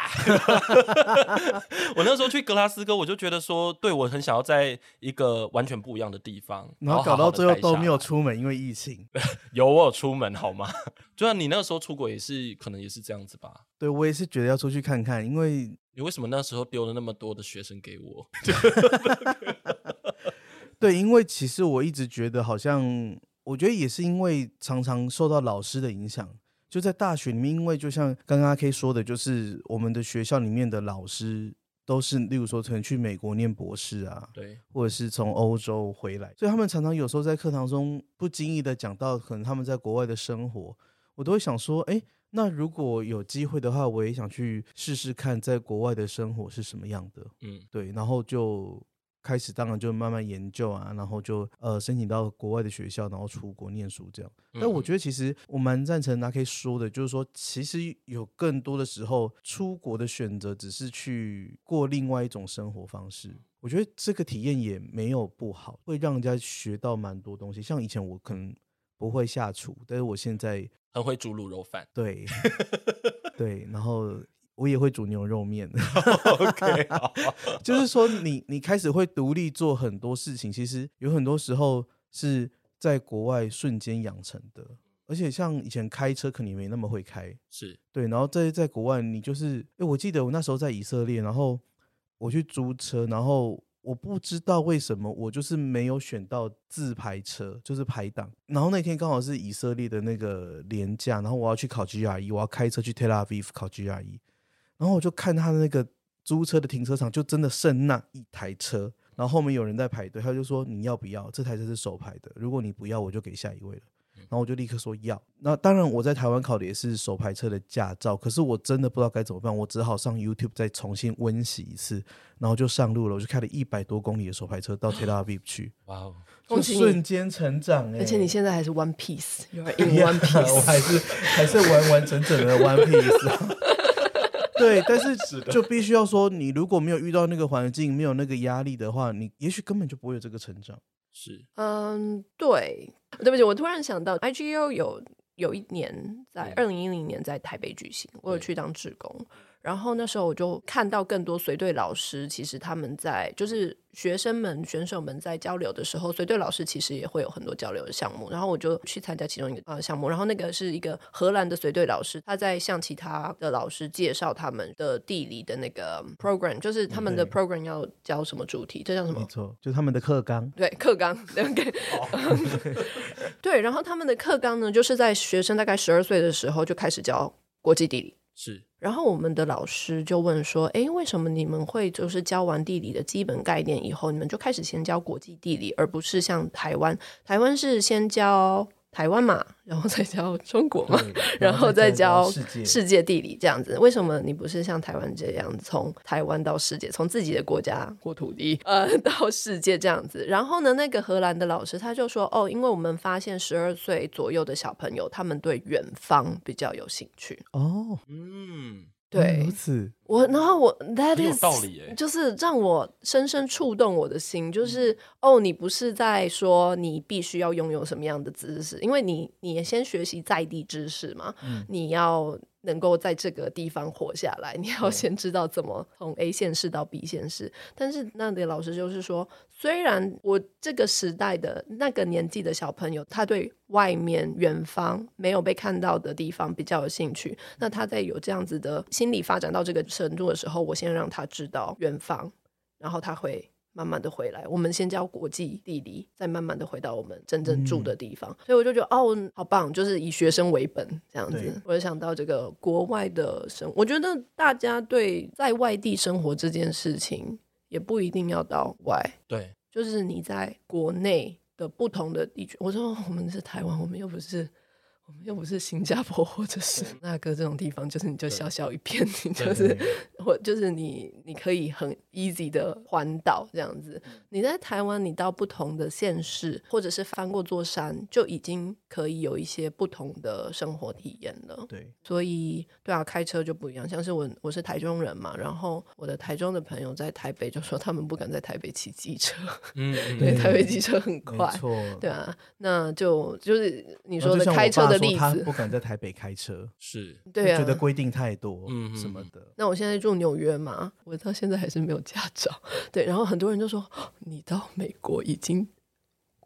[SPEAKER 1] 我那时候去格拉斯哥，我就觉得说，对我很想要在一个完全不一样的地方，
[SPEAKER 3] 然后
[SPEAKER 1] 后
[SPEAKER 3] 搞到最后都没有
[SPEAKER 1] 出。
[SPEAKER 3] 出门，因为疫情。
[SPEAKER 1] 有我有出门好吗？ 就像你那个时候出国也是，可能也是这样子吧。
[SPEAKER 3] 对我也是觉得要出去看看，因为
[SPEAKER 1] 你为什么那时候丢了那么多的学生给我？
[SPEAKER 3] 对，因为其实我一直觉得好像，我觉得也是因为常常受到老师的影响。就在大学里面，因为就像刚刚阿 K 说的，就是我们的学校里面的老师都是，例如说可能去美国念博士啊，
[SPEAKER 1] 对，
[SPEAKER 3] 或者是从欧洲回来，所以他们常常有时候在课堂中不经意的讲到可能他们在国外的生活，我都会想说，哎，那如果有机会的话，我也想去试试看在国外的生活是什么样的。
[SPEAKER 1] 嗯，
[SPEAKER 3] 对，然后就开始当然就慢慢研究啊，然后就呃申请到国外的学校，然后出国念书这样。但
[SPEAKER 1] 嗯
[SPEAKER 3] 我觉得其实我蛮赞成阿 K 说的，就是说其实有更多的时候出国的选择只是去过另外一种生活方式。我觉得这个体验也没有不好，会让人家学到蛮多东西。像以前我可能不会下厨，但是我现在
[SPEAKER 1] 很会煮卤肉 饭。
[SPEAKER 3] 对对，然后我也会煮牛肉面。
[SPEAKER 1] OK，好
[SPEAKER 3] 就是说你，你开始会独立做很多事情，其实有很多时候是在国外瞬间养成的。而且像以前开车，可能也没那么会开，
[SPEAKER 1] 是
[SPEAKER 3] 对。然后在在国外，你就是，哎，我记得我那时候在以色列，然后我去租车，然后我不知道为什么，我就是没有选到自排车，就是排档。然后那天刚好是以色列的那个廉价，然后我要去考 GRE，我要开车去 Tel Aviv 考 GRE，然后我就看他的那个租车的停车场，就真的剩那一台车，然后后面有人在排队，他就说你要不要？这台车是首排的，如果你不要，我就给下一位了。然后我就立刻说要。那当然，我在台湾考的也是手排车的驾照，可是我真的不知道该怎么办，我只好上 YouTube 再重新温习一次，然后就上路了。我就开了一百多公里的手排车到 Tel Aviv 去，
[SPEAKER 1] 哇哦，
[SPEAKER 2] 恭
[SPEAKER 3] 就
[SPEAKER 2] 喜你
[SPEAKER 3] 瞬间成长哎、
[SPEAKER 2] 而且 你现在还是 One Piece，You are in
[SPEAKER 3] 一样
[SPEAKER 2] One
[SPEAKER 3] 我
[SPEAKER 2] Piece。
[SPEAKER 3] 还是还是完完整整的 One Piece 啊。 对，但是就必须要说，你如果没有遇到那个环境，没有那个压力的话，你也许根本就不会有这个成长。
[SPEAKER 1] 是
[SPEAKER 2] 嗯，对，对不起，我突然想到，IGO 有有一年在二零一零年在台北举行，我有
[SPEAKER 1] 对
[SPEAKER 2] 去当志工，然后那时候我就看到更多随队老师，其实他们在就是学生们、选手们在交流的时候，随队老师其实也会有很多交流的项目，然后我就去参加其中一个呃项目，然后那个是一个荷兰的随队老师，他在向其他的老师介绍他们的地理的那个 program，就是他们的
[SPEAKER 3] 对
[SPEAKER 2] program 要教什么主题，这叫什么
[SPEAKER 3] 没？错，就他们的课纲。
[SPEAKER 2] 对课纲，OK，对， 然后他们的课纲呢，就是在学生大概十二岁的时候就开始教国际地理。
[SPEAKER 1] 是，
[SPEAKER 2] 然后我们的老师就问说：“诶，为什么你们会就是教完地理的基本概念以后，你们就开始先教国际地理，而不是像台湾？台湾是先教台湾嘛，然后再教中国嘛？”
[SPEAKER 3] 对
[SPEAKER 2] 然后再教
[SPEAKER 3] 世界
[SPEAKER 2] 世界地理这样子。为什么你不是像台湾这样，从台湾到世界，从自己的国家或土地呃 到世界这样子？然后呢，那个荷兰的老师他就说，哦，因为我们发现十二岁左右的小朋友，他们对远方比较有兴趣。
[SPEAKER 3] 哦，
[SPEAKER 1] 嗯，
[SPEAKER 2] 对
[SPEAKER 3] 如此
[SPEAKER 2] 我，然后我 that
[SPEAKER 1] 很有
[SPEAKER 2] is
[SPEAKER 1] 道理耶嗯
[SPEAKER 2] 就是让我深深触动我的心，就是、哦，你不是在说你必须要拥有什么样的知识，因为你你也先学习在地知识嘛，
[SPEAKER 1] 嗯
[SPEAKER 2] 你要能够在这个地方活下来，你要先知道怎么从 A 县市到 B 县市。但是那里老师就是说，虽然我这个时代的那个年纪的小朋友，他对外面远方没有被看到的地方比较有兴趣，那他在有这样子的心理发展到这个程度的时候，我先让他知道远方，然后他会。慢慢的回来，我们先教国际地理，再慢慢的回到我们真正住的地方。所以我就觉得，哦，好棒，就是以学生为本这样
[SPEAKER 3] 对
[SPEAKER 2] 子。我就想到这个国外的生，我觉得大家对在外地生活这件事情，也不一定要到外，
[SPEAKER 1] 对，
[SPEAKER 2] 就是你在国内的不同的地区，我说我们是台湾，我们又不是，我们又不是新加坡或者是那个这种地方，就是你就小小一片，你就是或就是你你可以很 easy 的环岛这样子。
[SPEAKER 3] 嗯
[SPEAKER 2] 你在台湾，你到不同的县市，或者是翻过座山，就已经可以有一些不同的生活体验了。
[SPEAKER 3] 对，
[SPEAKER 2] 所以，对啊，开车就不一样。像是我，我是台中人嘛，然后我的台中的朋友在台北就说他们不敢在台北骑机车，
[SPEAKER 1] 嗯，
[SPEAKER 2] 因为
[SPEAKER 1] 嗯
[SPEAKER 3] 对
[SPEAKER 2] 台北机车很
[SPEAKER 3] 没
[SPEAKER 2] 快。
[SPEAKER 3] 错，
[SPEAKER 2] 对啊，那就就是你
[SPEAKER 3] 你
[SPEAKER 2] 说的开车的例
[SPEAKER 3] 他
[SPEAKER 2] 子
[SPEAKER 3] 不，敢在台北开车，
[SPEAKER 1] 是
[SPEAKER 2] 对啊，
[SPEAKER 3] 觉得规定太多，
[SPEAKER 1] 嗯嗯
[SPEAKER 3] 什么
[SPEAKER 1] 嗯
[SPEAKER 3] 的。
[SPEAKER 2] 那我现在住纽约嘛，我到现在还是没有驾照。对，然后很多人就说，哦你到美国已经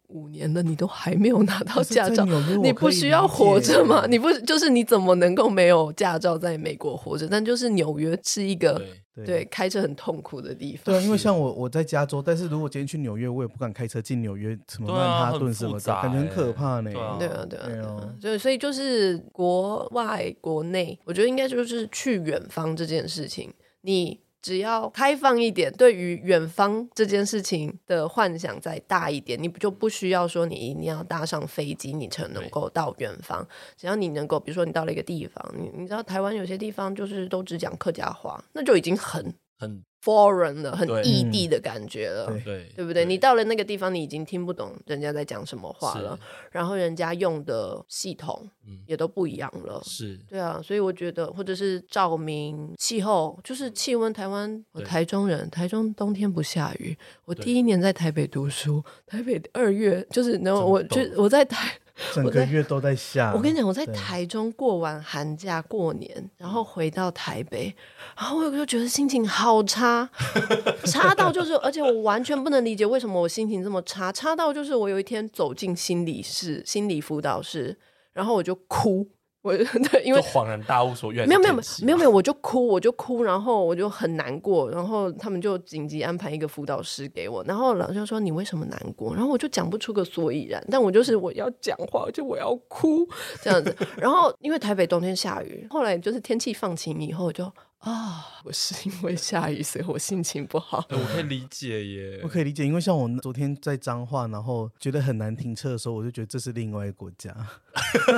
[SPEAKER 2] 五年了，你都还没有拿到
[SPEAKER 3] 但是
[SPEAKER 2] 驾
[SPEAKER 3] 在
[SPEAKER 2] 照
[SPEAKER 3] 纽约，我
[SPEAKER 2] 你
[SPEAKER 3] 可
[SPEAKER 2] 不
[SPEAKER 3] 以
[SPEAKER 2] 需
[SPEAKER 3] 理
[SPEAKER 2] 要活
[SPEAKER 3] 解啊
[SPEAKER 2] 着吗？你不就是你怎么能够没有驾照在美国活着？但就是纽约是一个
[SPEAKER 1] 对
[SPEAKER 3] 对
[SPEAKER 2] 对开车很痛苦的地
[SPEAKER 3] 对啊，
[SPEAKER 2] 方。
[SPEAKER 3] 因为像我我在加州，但是如果今天去纽约，我也不敢开车进纽约，什么
[SPEAKER 1] 对啊
[SPEAKER 3] 曼哈
[SPEAKER 1] 很
[SPEAKER 3] 顿什
[SPEAKER 1] 复
[SPEAKER 3] 么的，
[SPEAKER 1] 杂
[SPEAKER 3] 感觉很
[SPEAKER 1] 欸
[SPEAKER 3] 可怕呢。
[SPEAKER 1] 对啊
[SPEAKER 2] 对啊，对啊，
[SPEAKER 3] 对
[SPEAKER 2] 对
[SPEAKER 3] 哦
[SPEAKER 2] 啊，所以所以就是国外、国内，我觉得应该就是去远方这件事情，你只要开放一点，对于远方这件事情的幻想再大一点，你不就不需要说你一定要搭上飞机，你才能够到远方。只要你能够，比如说你到了一个地方，你你知道台湾有些地方就是都只讲客家话，那就已经很
[SPEAKER 1] 很
[SPEAKER 2] foreign 了，很
[SPEAKER 1] 对
[SPEAKER 2] 异地的感觉了。
[SPEAKER 3] 对
[SPEAKER 1] 对，
[SPEAKER 2] 对不对？你到了那个地方，你已经听不懂人家在讲什么话了，然后人家用的系统
[SPEAKER 1] 嗯
[SPEAKER 2] 也都不一样了。
[SPEAKER 1] 是
[SPEAKER 2] 对啊，所以我觉得，或者是照明、气候，就是气温。台湾，我
[SPEAKER 1] 嗯对
[SPEAKER 2] 台中人，台中冬天不下雨。我
[SPEAKER 1] 对
[SPEAKER 2] 第一年在台北读书，台北二月就是，然后我就
[SPEAKER 1] 真的
[SPEAKER 2] 我在台，
[SPEAKER 3] 整
[SPEAKER 2] 我
[SPEAKER 3] 个
[SPEAKER 2] 在
[SPEAKER 3] 月都在下。
[SPEAKER 2] 我跟你讲，我在
[SPEAKER 3] 对
[SPEAKER 2] 台中过完寒假过年，然后回到台北，然后我就觉得心情好差，差到就是，而且我完全不能理解为什么我心情这么差，差到就是我有一天走进心理室、心理辅导室，然后我就哭，我对，因为
[SPEAKER 1] 就恍然大悟说，原来
[SPEAKER 2] 没有没有没有没
[SPEAKER 1] 有，
[SPEAKER 2] 有，我就哭，我就哭，然后我就很难过，然后他们就紧急安排一个辅导师给我，然后老师就说你为什么难过？然后我就讲不出个所以然，但我就是我要讲话，就我要哭这 样子。然后因为台北冬天下雨，后来就是天气放晴以后我就。啊、我是因为下雨，所以我心情不好。
[SPEAKER 1] 呃我可以理解 耶
[SPEAKER 3] 我。可以理解，因为像我昨天在彰化，然后觉得很难停车的时候，我就觉得这是另外一个国家。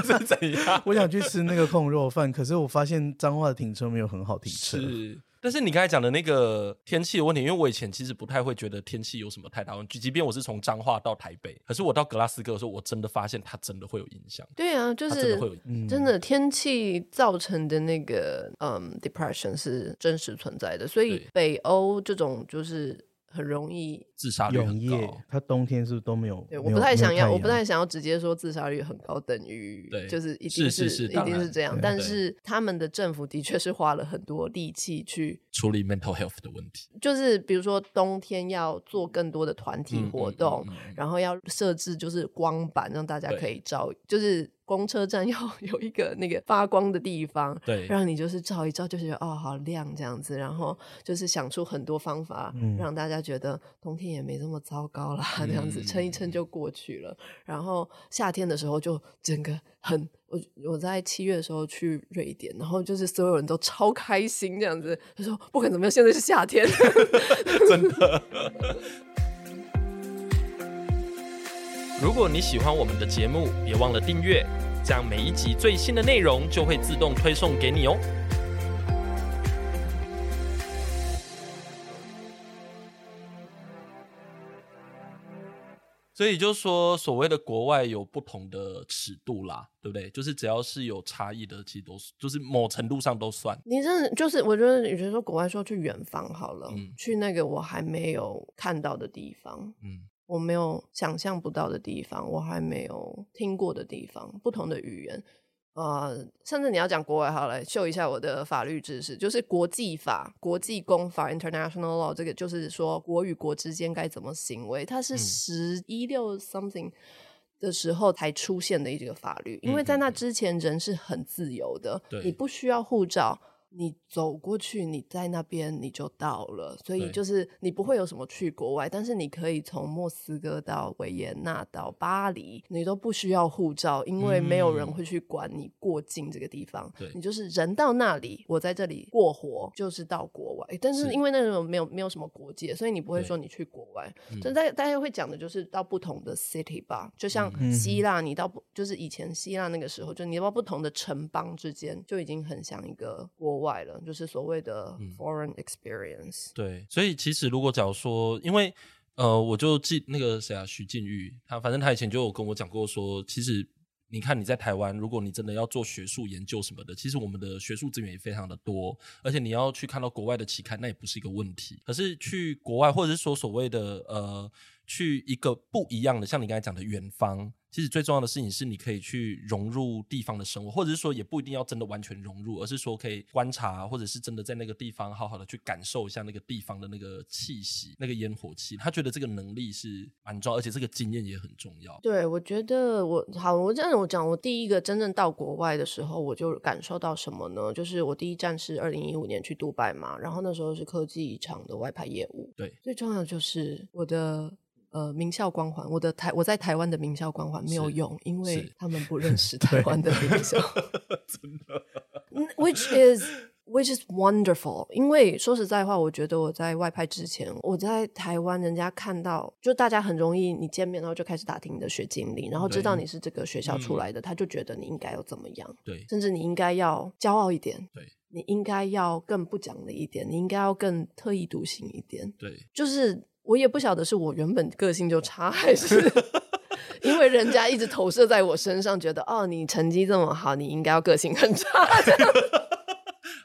[SPEAKER 1] 是怎 样？
[SPEAKER 3] 我想去吃那个控肉饭，可是我发现彰化的停车没有很好停车。
[SPEAKER 1] 是。但是你刚才讲的那个天气的问题，因为我以前其实不太会觉得天气有什么太大问题，即便我是从彰化到台北，可是我到格拉斯哥的时候，我真的发现它真的会有影响，
[SPEAKER 2] 对啊，就
[SPEAKER 1] 它真
[SPEAKER 2] 是
[SPEAKER 1] 的会有影响。
[SPEAKER 3] 嗯
[SPEAKER 2] 真的天气造成的那个嗯 depression 是真实存在的，所以
[SPEAKER 1] 对
[SPEAKER 2] 北欧这种就是很容易。
[SPEAKER 1] 自杀率
[SPEAKER 3] 永
[SPEAKER 1] 很
[SPEAKER 3] 业
[SPEAKER 1] 高，，
[SPEAKER 3] 它冬天是不是都没有？
[SPEAKER 2] 对，
[SPEAKER 3] 没
[SPEAKER 2] 我
[SPEAKER 3] 有
[SPEAKER 2] 不太想要，
[SPEAKER 3] 没有
[SPEAKER 2] 我不
[SPEAKER 3] 太
[SPEAKER 2] 太
[SPEAKER 3] 阳
[SPEAKER 2] 想要直接说自杀率很高等于，
[SPEAKER 1] 对
[SPEAKER 2] 就是一
[SPEAKER 1] 是
[SPEAKER 2] 定
[SPEAKER 1] 是是
[SPEAKER 2] 一
[SPEAKER 1] 当
[SPEAKER 2] 定是
[SPEAKER 1] 然
[SPEAKER 2] 这样
[SPEAKER 3] 对。
[SPEAKER 2] 但
[SPEAKER 1] 对
[SPEAKER 2] 是他们的政府的确是花了很多力气去，
[SPEAKER 1] 处理 mental health 的问题。
[SPEAKER 2] 就是比如说冬天要做更多的团体
[SPEAKER 1] 嗯
[SPEAKER 2] 活
[SPEAKER 1] 嗯嗯
[SPEAKER 2] 动，
[SPEAKER 1] 嗯嗯
[SPEAKER 2] 然后要设置就是光板，让大家
[SPEAKER 1] 对
[SPEAKER 2] 可以照，就是公车站 要有一个那个发光的地方，
[SPEAKER 1] 对，
[SPEAKER 2] 让你就是照一照，就觉得哦好亮这样子，然后就是想出很多方法，
[SPEAKER 3] 嗯
[SPEAKER 2] 让大家觉得冬天也没这么糟糕啦，这样子撑一撑就过去了。然后夏天的时候就整个很，我我在七月的时候去瑞典，然后就是所有人都超开心这样子，他说不管怎么样，现在是夏天。
[SPEAKER 1] 如果你喜欢我们的节目，别忘了订阅，这样每一集最新的内容就会自动推送给你哦。所以就是说，所谓的国外有不同的尺度啦，对不对？就是只要是有差异的，其实都是，就是某程度上都算。
[SPEAKER 2] 你真的就是，我觉得有些说国外说去远方好了，
[SPEAKER 1] 嗯
[SPEAKER 2] 去那个我还没有看到的地方，
[SPEAKER 1] 嗯，
[SPEAKER 2] 我没有想象不到的地方，我还没有听过的地方，不同的语言，呃，甚至你要讲国外好了，秀一下我的法律知识，就是国际法、国际公法 （international law） 这个，就是说国与国之间该怎么行为，它是
[SPEAKER 1] 嗯
[SPEAKER 2] 十一六 something 的时候才出现的一个法律，因为在那之前人是很自由的，
[SPEAKER 1] 嗯对
[SPEAKER 2] 你不需要护照。你走过去，你在那边你就到了，所以
[SPEAKER 1] 对
[SPEAKER 2] 就是你不会有什么去国外，但是你可以从莫斯科到维也纳到巴黎，你都不需要护照，因为没有人
[SPEAKER 1] 嗯
[SPEAKER 2] 会去管你过境这个地方。
[SPEAKER 1] 对
[SPEAKER 2] 你就是人到那里，我在这里过活，就是到国外。但是
[SPEAKER 1] 是
[SPEAKER 2] 因为那种没有没有什么国界，所以你不会
[SPEAKER 1] 对
[SPEAKER 2] 说你去国外。
[SPEAKER 1] 嗯
[SPEAKER 2] 就大大家会讲的就是到不同的 city 吧，就像
[SPEAKER 3] 嗯
[SPEAKER 2] 希腊，你到不就是以前希腊那个时候，就你到不同的城邦之间，就已经很像一个国外了，就是所谓的
[SPEAKER 1] 嗯
[SPEAKER 2] foreign experience。
[SPEAKER 1] 对，所以其实如果假如说，因为呃，我就记那个谁啊，徐静玉，他反正他以前就有跟我讲过说，其实你看你在台湾，如果你真的要做学术研究什么的，其实我们的学术资源也非常的多，而且你要去看到国外的期刊，那也不是一个问题。可是去国外，或者是说所谓的呃，去一个不一样的，像你刚才讲的远方，其实最重要的事情是你可以去融入地方的生活，或者是说也不一定要真的完全融入，而是说可以观察，或者是真的在那个地方好好的去感受一下那个地方的那个气息、那个烟火气。他觉得这个能力是蛮重要，而且这个经验也很重要。
[SPEAKER 2] 对，我觉得我好，我这样我讲，我第一个真正到国外的时候，我就感受到什么呢？就是我第一站是二零一五年去杜拜嘛，然后那时候是科技厂的外派业务，
[SPEAKER 1] 对，
[SPEAKER 2] 最重要的就是我的。呃，名校光环，我的台我在台湾的名校光环没有
[SPEAKER 1] 是
[SPEAKER 2] 用，因为
[SPEAKER 1] 是
[SPEAKER 2] 他们不 认识台湾的名校。
[SPEAKER 1] 真的，
[SPEAKER 2] 嗯 which is which is wonderful。因为说实在话，我觉得我在外派之前，我在台湾，人家看到就大家很容易，你见面然后就开始打听你的学经历，然后知道
[SPEAKER 1] 对
[SPEAKER 2] 你是这个学校
[SPEAKER 1] 嗯
[SPEAKER 2] 出来的，他就觉得你应该要怎么样，
[SPEAKER 1] 对
[SPEAKER 2] 甚至你应该要骄傲一点。
[SPEAKER 1] 对，
[SPEAKER 2] 你应该要更不讲理一点，你应该要更特立独行一点。
[SPEAKER 1] 对，
[SPEAKER 2] 就是我也不晓得是我原本个性就差，还是因为人家一直投射在我身上，觉得哦，你成绩这么好，你应该要个性很差。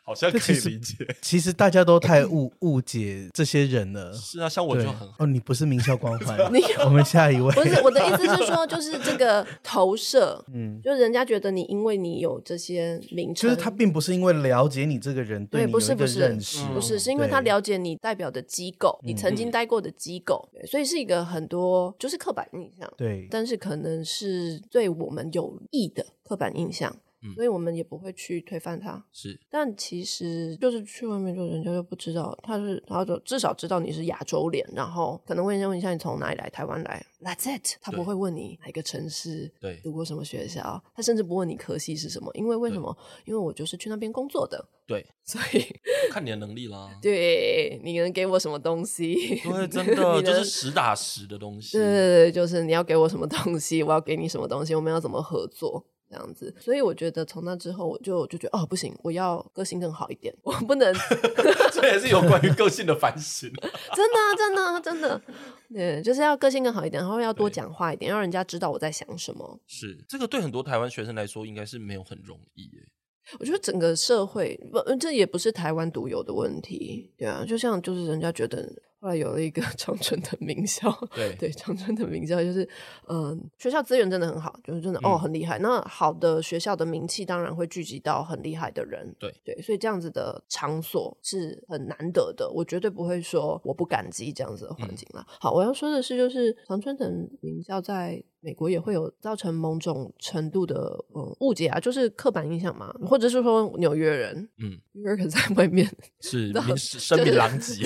[SPEAKER 1] 好像
[SPEAKER 3] 这
[SPEAKER 1] 可
[SPEAKER 3] 其
[SPEAKER 1] 以
[SPEAKER 3] 实
[SPEAKER 1] 理解。
[SPEAKER 3] 其实大家都太 误误解这些人了。
[SPEAKER 1] 是啊，像我
[SPEAKER 3] 对
[SPEAKER 1] 就很
[SPEAKER 3] 哦，你不是名 校光环
[SPEAKER 2] 你，
[SPEAKER 3] 我们下一位。
[SPEAKER 2] 不是我的意思是说，就是这个投射，
[SPEAKER 3] 嗯，
[SPEAKER 2] 就是人家觉得你因为你有这些名
[SPEAKER 3] 就
[SPEAKER 2] 称，
[SPEAKER 3] 是他并不是因为了解你这个人
[SPEAKER 2] 对
[SPEAKER 3] 你
[SPEAKER 2] 不
[SPEAKER 3] 有
[SPEAKER 2] 是
[SPEAKER 3] 一
[SPEAKER 2] 不
[SPEAKER 3] 个
[SPEAKER 2] 是
[SPEAKER 3] 认识，
[SPEAKER 2] 不是，
[SPEAKER 1] 嗯
[SPEAKER 2] 是因为他
[SPEAKER 3] 对
[SPEAKER 2] 了解你代表的机构，你曾经
[SPEAKER 1] 嗯
[SPEAKER 2] 待过的机构，对所以是一个很多就是刻板印象。
[SPEAKER 3] 对，
[SPEAKER 2] 但是可能是对我们有益的刻板印象，
[SPEAKER 1] 嗯
[SPEAKER 2] 所以我们也不会去推翻它。
[SPEAKER 1] 是
[SPEAKER 2] 但其实就是去外面，就人家就不知道，他是他就至少知道你是亚洲脸，然后可能会先问一下你从哪里来，台湾来，That's it。他不
[SPEAKER 1] 对
[SPEAKER 2] 会问你哪个城市，
[SPEAKER 1] 对
[SPEAKER 2] 读过什么学校，他甚至不问你科系是什么，因为为什
[SPEAKER 1] 对
[SPEAKER 2] 么？因为我就是去那边工作的，
[SPEAKER 1] 对，
[SPEAKER 2] 所以。
[SPEAKER 1] 看你的能力啦
[SPEAKER 2] 对你能给我什么东西？
[SPEAKER 1] 对，真
[SPEAKER 2] 你
[SPEAKER 1] 的就
[SPEAKER 2] 能
[SPEAKER 1] 是实打实的东西
[SPEAKER 2] 对。对对，就是你要给我什么东西，我要给你什么东西，我们要怎么合作这样子。所以我觉得从那之后，我就我就觉得哦，不行，我要个性更好一点， 我不能
[SPEAKER 1] 这也是有关于个性的反省。
[SPEAKER 2] 真的啊、真的啊、真的， 对，就是要个性更好一点，然后要多
[SPEAKER 1] 对
[SPEAKER 2] 讲话一点，让人家知道我在想什么。
[SPEAKER 1] 是这个对很多台湾学生来说，应该是没有很容易耶。
[SPEAKER 2] 我觉得整个社会不，呃这也不是台湾独有的问题，对啊，就像就是人家觉得后来有了一个 长春的名校，
[SPEAKER 1] 对
[SPEAKER 2] 对，长春的名校就是，嗯、学校资源真的很好，就是真的、
[SPEAKER 1] 嗯
[SPEAKER 2] 哦，很厉害。那好的学校的名气当然会聚集到很厉害的人，
[SPEAKER 1] 对
[SPEAKER 2] 对，所以这样子的场所是很难得的。我绝对不会说我不感激这样子的环境啦。好，我要说的是，就是长春藤名校在美国也会有造成某种程度的嗯误解啊，就是刻板印象嘛，或者是说纽约人，
[SPEAKER 1] 嗯，
[SPEAKER 2] 纽约人在外面，
[SPEAKER 1] 是
[SPEAKER 2] 那
[SPEAKER 1] 名声名狼 藉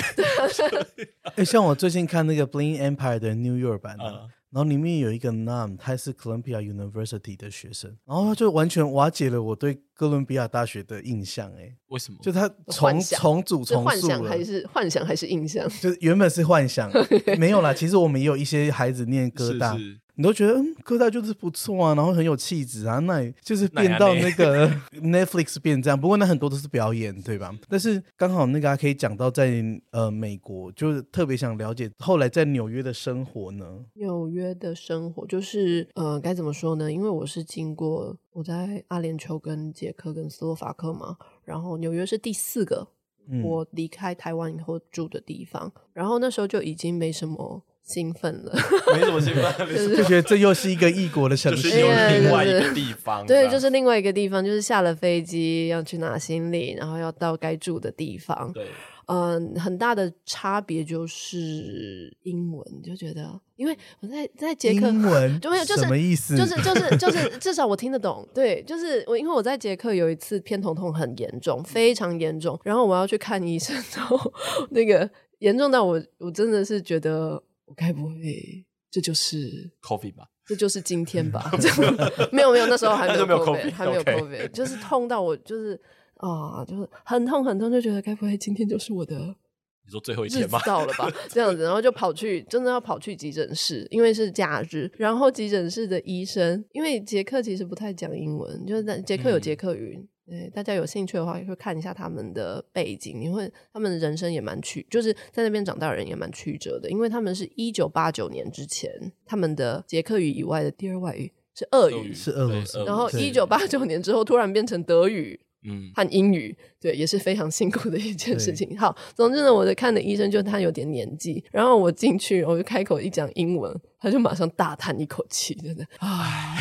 [SPEAKER 3] 哎，像我最近看那个《Bling Empire》的 New York 版啊
[SPEAKER 1] 啊，
[SPEAKER 3] 然后里面有一个 Nam，他是 Columbia University 的学生，然后他就完全瓦解了我对哥伦比亚大学的印象，哎，
[SPEAKER 1] 为什么？
[SPEAKER 3] 就他
[SPEAKER 2] 幻
[SPEAKER 3] 重
[SPEAKER 2] 想
[SPEAKER 3] 重组
[SPEAKER 2] 是
[SPEAKER 3] 重
[SPEAKER 2] 幻
[SPEAKER 3] 塑
[SPEAKER 2] 想
[SPEAKER 3] 了
[SPEAKER 2] 还。是幻想还是印象？
[SPEAKER 3] 就是原本是 幻想，没有啦。其实我们也有一些孩子念哥大，
[SPEAKER 1] 是是
[SPEAKER 3] 你都觉得嗯，哥大就是不错啊，然后很有气质啊，那也就是
[SPEAKER 1] 那也
[SPEAKER 3] 变到
[SPEAKER 1] 没
[SPEAKER 3] 那个 Netflix 变这样。不过那很多都是表演，对吧？但是刚好那个阿 K 讲到在呃美国，就是特别想了解后来在纽约的生活呢。
[SPEAKER 2] 纽约的生活，就是呃，该怎么说呢？因为我是经过我在阿联酋、跟捷克、跟斯洛伐克嘛，然后纽约是第四个
[SPEAKER 3] 嗯，
[SPEAKER 2] 我离开台湾以后住的地方，然后那时候就已经没什么兴奋了。
[SPEAKER 1] 没什么兴奋，没什么
[SPEAKER 3] 就觉得这又是一个异国的城
[SPEAKER 1] 就
[SPEAKER 3] 市，
[SPEAKER 1] 是有
[SPEAKER 2] 哎
[SPEAKER 1] 另外一
[SPEAKER 2] 就
[SPEAKER 1] 个
[SPEAKER 2] 是
[SPEAKER 1] 地方。
[SPEAKER 2] 对，就是另外一个地方，就是下了飞机要去拿行李，然后要到该住的地方。
[SPEAKER 1] 对
[SPEAKER 2] 嗯，很大的差别就是英文，就觉得因为我在在捷克
[SPEAKER 3] 英 文
[SPEAKER 2] 就没有就是
[SPEAKER 3] 什么意思？
[SPEAKER 2] 就是就是就是，至少我听得懂。对，就是我，因为我在捷克有一次偏头痛很严重，非常严重，然后我要去看医生， 然后那个严重到我，我真的是觉得我该不会这就是。
[SPEAKER 1] ，coffee 吧，
[SPEAKER 2] 这就是今天 吧， 这样没有没有，那时候还
[SPEAKER 1] 那
[SPEAKER 2] 没
[SPEAKER 1] 就
[SPEAKER 2] 有
[SPEAKER 1] 没有
[SPEAKER 2] COVID，
[SPEAKER 1] COVID，
[SPEAKER 2] 还没有
[SPEAKER 1] OK
[SPEAKER 2] COVID，就是痛到我就是啊，就是很痛很痛，就觉得该不会今天就是我的
[SPEAKER 1] 你说最后一
[SPEAKER 2] 日
[SPEAKER 1] 天
[SPEAKER 2] 子
[SPEAKER 1] 吧，
[SPEAKER 2] 到了 吧？这样子，然后就跑去，真的要跑去急诊室，因为是假日。然后急诊室的医生，因为捷克其实不太讲英文，就是在捷克有捷克语。对，大家有兴趣的话，也会看一下他们的背景，你会他们的人生也蛮曲，就是在那边长大的人也蛮曲折的，因为他们是一九八九年之前，他们的捷克语以外的第二外语是俄
[SPEAKER 1] 俄
[SPEAKER 2] 语
[SPEAKER 1] 语，
[SPEAKER 3] 是俄罗斯
[SPEAKER 1] 对俄
[SPEAKER 2] 然后
[SPEAKER 3] 对
[SPEAKER 2] 一九八九年之后突然变成德语，
[SPEAKER 1] 嗯，
[SPEAKER 2] 和英语，对，也是非常辛苦的一件事
[SPEAKER 3] 对
[SPEAKER 2] 情。好，总之呢，我的看的医生就他有点年纪，然后我进去，我就开口一讲英文，他就马上大叹一口气，真的，唉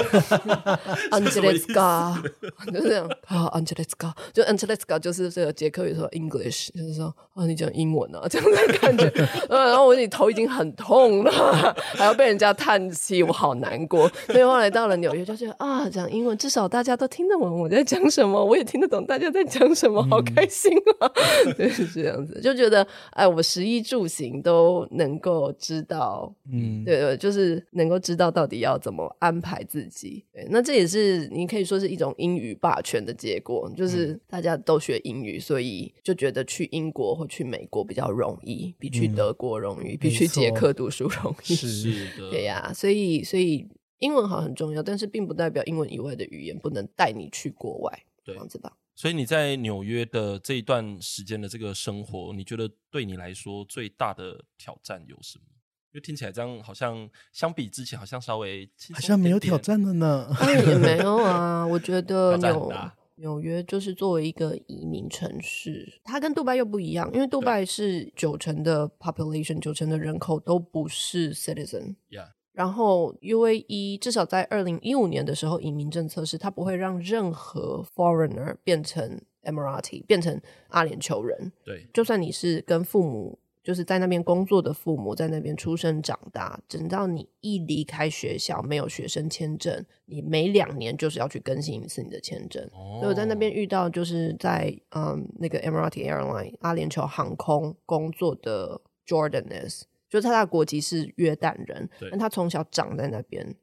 [SPEAKER 2] a n g e l i s k a 就这样啊 a n g e l i s k a 就 a n g e l i s k a 就是这个捷克语说 English，就是说啊，你讲英文啊，这 样的感觉。呃然后我你头已经很痛了， 还要被人家叹气，我好难过。所以后来到了纽约，就觉得啊，讲英文至少大家都听得懂我在讲什么，我也听得懂大家在讲什么，好开心啊！ 对，是这样子，就觉得哎，我食衣住行都能够知道
[SPEAKER 3] 嗯，
[SPEAKER 2] 对对，就是能够知道到底要怎么安排自己。对，那这也是你可以说是一种英语霸权的结果，就是大家都学英语，所以就觉得去英国或去美国比较容易，比去德国容易，比去捷克读书 容易。
[SPEAKER 3] 是
[SPEAKER 1] 是的，
[SPEAKER 2] 对呀、所以所以英文好很重要，但是并不代表英文以外的语言不能带你去国外，这
[SPEAKER 1] 对
[SPEAKER 2] 样子吧。
[SPEAKER 1] 所以你在纽约的这一段时间的这个生活，你觉得对你来说最大的挑战有什么？因为听起来这样好像相比之前好像稍微轻松
[SPEAKER 3] 好像没有
[SPEAKER 1] 一点
[SPEAKER 3] 挑
[SPEAKER 1] 点
[SPEAKER 3] 战了呢。
[SPEAKER 2] 当然也没有啊，我觉得
[SPEAKER 1] 挑战很
[SPEAKER 2] 纽
[SPEAKER 1] 大
[SPEAKER 2] 纽约就是作为一个移民城市，它跟杜拜又不一样，因为杜拜是九成的 population，九成的人口都不是 citizen。
[SPEAKER 1] Yeah
[SPEAKER 2] 然后 UAE 至少在二零一五年的时候，移民政策是它不会让任何 foreigner 变成 Emirati，变成阿联酋人。
[SPEAKER 1] 对
[SPEAKER 2] 就算你是跟父母，就是在那边工作的父母，在那边出生长大，等到你一离开学校，没有学生签证，你每两年就是要去更新一次你的签证。
[SPEAKER 1] 哦
[SPEAKER 2] 所以我在那边遇到，就是在嗯那个 Emirati Airline 阿联酋航空工作的 Jordaness，就是他的国籍是约旦人
[SPEAKER 1] 对，
[SPEAKER 2] 但他从小长在那边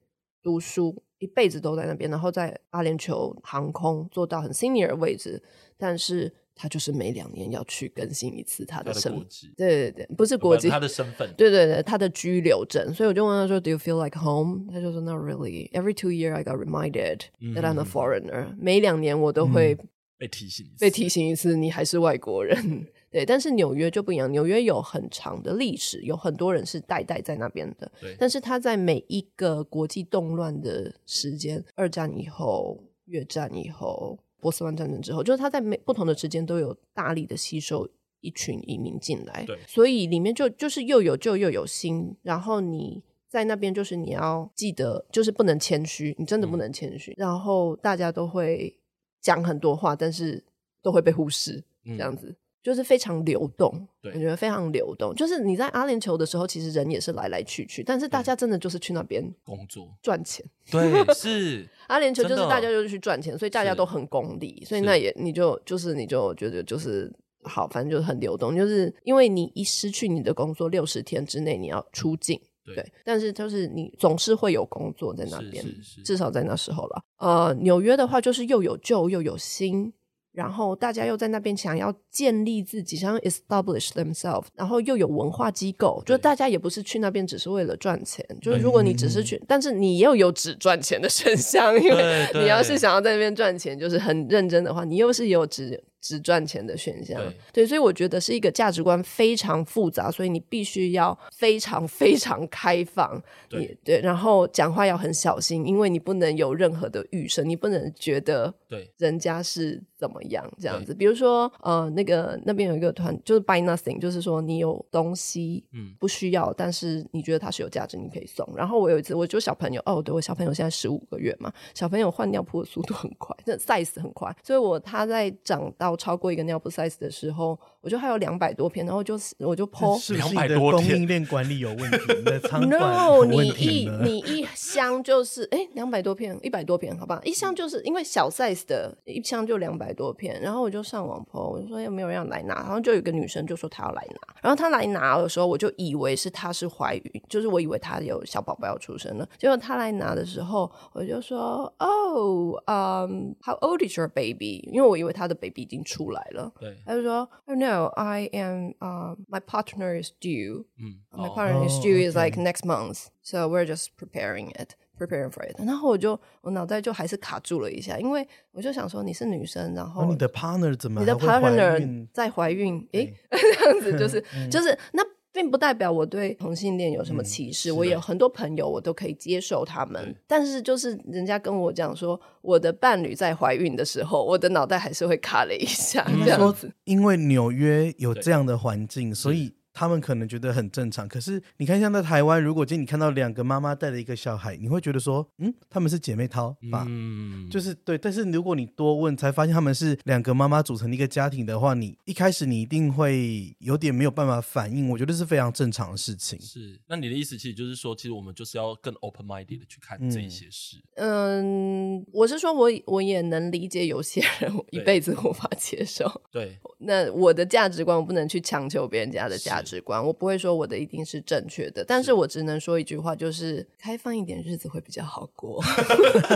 [SPEAKER 2] 读书，一辈子都在那边，然后在阿联酋航空做到很 senior 的位置，但是他就是每两年要去更新一次他
[SPEAKER 1] 他
[SPEAKER 2] 的
[SPEAKER 1] 的
[SPEAKER 2] 身
[SPEAKER 1] 国
[SPEAKER 2] 份，
[SPEAKER 1] 籍，
[SPEAKER 2] 对对对，不是
[SPEAKER 1] 不
[SPEAKER 2] 国籍，
[SPEAKER 1] 他的身份，
[SPEAKER 2] 对对对，他的居留证，所以我就问他说，Do you feel like home？他就说 Not really. Every two year I got reminded that I'm a
[SPEAKER 1] 嗯
[SPEAKER 2] foreigner、每两年我都会
[SPEAKER 1] 被提醒一次
[SPEAKER 2] 被提醒一次，你还是外国人。 对，但是纽约就不一样，纽约有很长的历史，有很多人是代代在那边的。
[SPEAKER 1] 对
[SPEAKER 2] 但是他在每一个国际动乱的时间，二战以后、越战以后、波斯湾战争之后，就是他在每不同的时间都有大力的吸收一群移民进来
[SPEAKER 1] 对，
[SPEAKER 2] 所以里面就就是又有旧又有新，然后你。在那边就是你要记得，就是不能谦虚，你真的不
[SPEAKER 1] 嗯
[SPEAKER 2] 能谦虚。然后大家都会讲很多话，但是都会被忽视，
[SPEAKER 1] 这
[SPEAKER 2] 这样子、就是非常流动。
[SPEAKER 1] 嗯对
[SPEAKER 2] 我觉得非常流动。就是你在阿联酋的时候，其实人也是来来去去，但是大家真的就是去那边
[SPEAKER 1] 工作，
[SPEAKER 2] 赚钱。
[SPEAKER 1] 对， 是
[SPEAKER 2] 阿联啊酋就
[SPEAKER 1] 真
[SPEAKER 2] 是
[SPEAKER 1] 的哦
[SPEAKER 2] 大家就是去赚钱，所以大家
[SPEAKER 1] 是
[SPEAKER 2] 都很功利，所以
[SPEAKER 1] 是
[SPEAKER 2] 那也你就就是你就觉得就是。好，反正就是很流动，就是因为你一失去你的工作，六十天之内你要出境，
[SPEAKER 1] 对
[SPEAKER 2] 对，但是就是你总是会有工作在那
[SPEAKER 1] 是
[SPEAKER 2] 边
[SPEAKER 1] 是，是
[SPEAKER 2] 至少在那时候了。呃，纽约的话就是又有旧又有新，然后大家又在那边想要建立自己，想要 establish themselves，然后又有文化机构，就
[SPEAKER 1] 对嗯
[SPEAKER 2] 大家也不是去那边只是为了赚钱，就是
[SPEAKER 1] 对
[SPEAKER 2] 如果你只是去，但是你又有只赚钱的选项，因为
[SPEAKER 1] 对呃对
[SPEAKER 2] 你要是想要在那边赚钱，就是很认真的话，你又是有只只赚钱的选项，对，所以我觉得是一个价值观非常复杂，所以你必须要非常非常开放，
[SPEAKER 1] 对
[SPEAKER 2] 你对，然后讲话要很小心，因为你不能有任何的预设，你不能觉得
[SPEAKER 1] 对
[SPEAKER 2] 人家是怎么样这样子。比如说，呃，那个那边有一个团，就是 buy nothing，就是说你有东西，
[SPEAKER 1] 嗯
[SPEAKER 2] 不需要，但是你觉得它是有价值，你可以送。然后我有一次，我就小朋友，哦，对我小朋友现在十五个月嘛，小朋友换尿布的速度很快， 那 size 很快，所以我他在长到超过一个尿布 size 的时候，我就还有两百多片，然后就是我就剖。
[SPEAKER 3] 是不是你
[SPEAKER 1] 200
[SPEAKER 3] 的
[SPEAKER 1] 多
[SPEAKER 3] 供
[SPEAKER 1] 天
[SPEAKER 3] 应链管理有问题？你的仓管
[SPEAKER 2] No，
[SPEAKER 3] 有
[SPEAKER 2] 你
[SPEAKER 3] 问
[SPEAKER 2] 一
[SPEAKER 3] 题呢？
[SPEAKER 2] 你一箱就是哎两百多片，一百多片，好吧，一箱就是因为小 size 的，一箱就两百多片。然后我就上网 po，我就说有没有人要来拿，然后就有一个女生就说她要来拿，然后她来拿的时候，我就以为是她是怀孕，就是我以为她有小宝宝要出生了。结果她来拿的时候，我就说哦，嗯、h o w old is your baby？因为我以为她的 baby 已经出来了。
[SPEAKER 1] 对，
[SPEAKER 2] 他就说，Oh no, I am, uh, my partner is due.
[SPEAKER 1] 嗯，
[SPEAKER 2] My
[SPEAKER 1] 哦
[SPEAKER 2] partner is
[SPEAKER 3] Oh,
[SPEAKER 2] due is like
[SPEAKER 3] okay.
[SPEAKER 2] next month, so we're just preparing it, preparing for it. 然后我就我脑袋就还是卡住了一下，因为我就想说你是女生，然后
[SPEAKER 3] 哦那你的 partner 怎么
[SPEAKER 2] 你的
[SPEAKER 3] 还会怀
[SPEAKER 2] partner
[SPEAKER 3] 孕
[SPEAKER 2] 在怀孕，诶， 这样子就是就是那。并不代表我对同性恋有什么
[SPEAKER 3] 嗯
[SPEAKER 2] 歧视，
[SPEAKER 1] 是
[SPEAKER 2] 我
[SPEAKER 1] 的
[SPEAKER 2] 有很多朋友，我都可以接受他们
[SPEAKER 1] 对。
[SPEAKER 2] 但是就是人家跟我讲说，我的伴侣在怀孕的时候，我的脑袋还是会卡了一下，
[SPEAKER 1] 嗯
[SPEAKER 2] 这
[SPEAKER 3] 说
[SPEAKER 2] 样子。
[SPEAKER 3] 因为纽约有
[SPEAKER 1] 对
[SPEAKER 3] 这样的环境，所以他们可能觉得很正常。可是你看，像在台湾，如果今天你看到两个妈妈带着一个小孩，你会觉得说，嗯，他们是姐妹淘吧？
[SPEAKER 1] 嗯，
[SPEAKER 3] 就是是对，但是如果你多问，才发现他们是两个妈妈组成的一个家庭的话，你一开始你一定会有点没有办法反应，我觉得是非常正常的事情。
[SPEAKER 1] 是。那你的意思其实就是说，其实我们就是要更 open minded 的去看这一些事，
[SPEAKER 2] 嗯，我是说我我也能理解有些人我一
[SPEAKER 1] 对
[SPEAKER 2] 辈子无法接受。
[SPEAKER 1] 对
[SPEAKER 2] 那我的价值观，我不能去强求别人家的价
[SPEAKER 1] 是
[SPEAKER 2] 值观，我不会说我的一定是正确的，但是我只能说一句话，就是开放一点，日子会比较好过。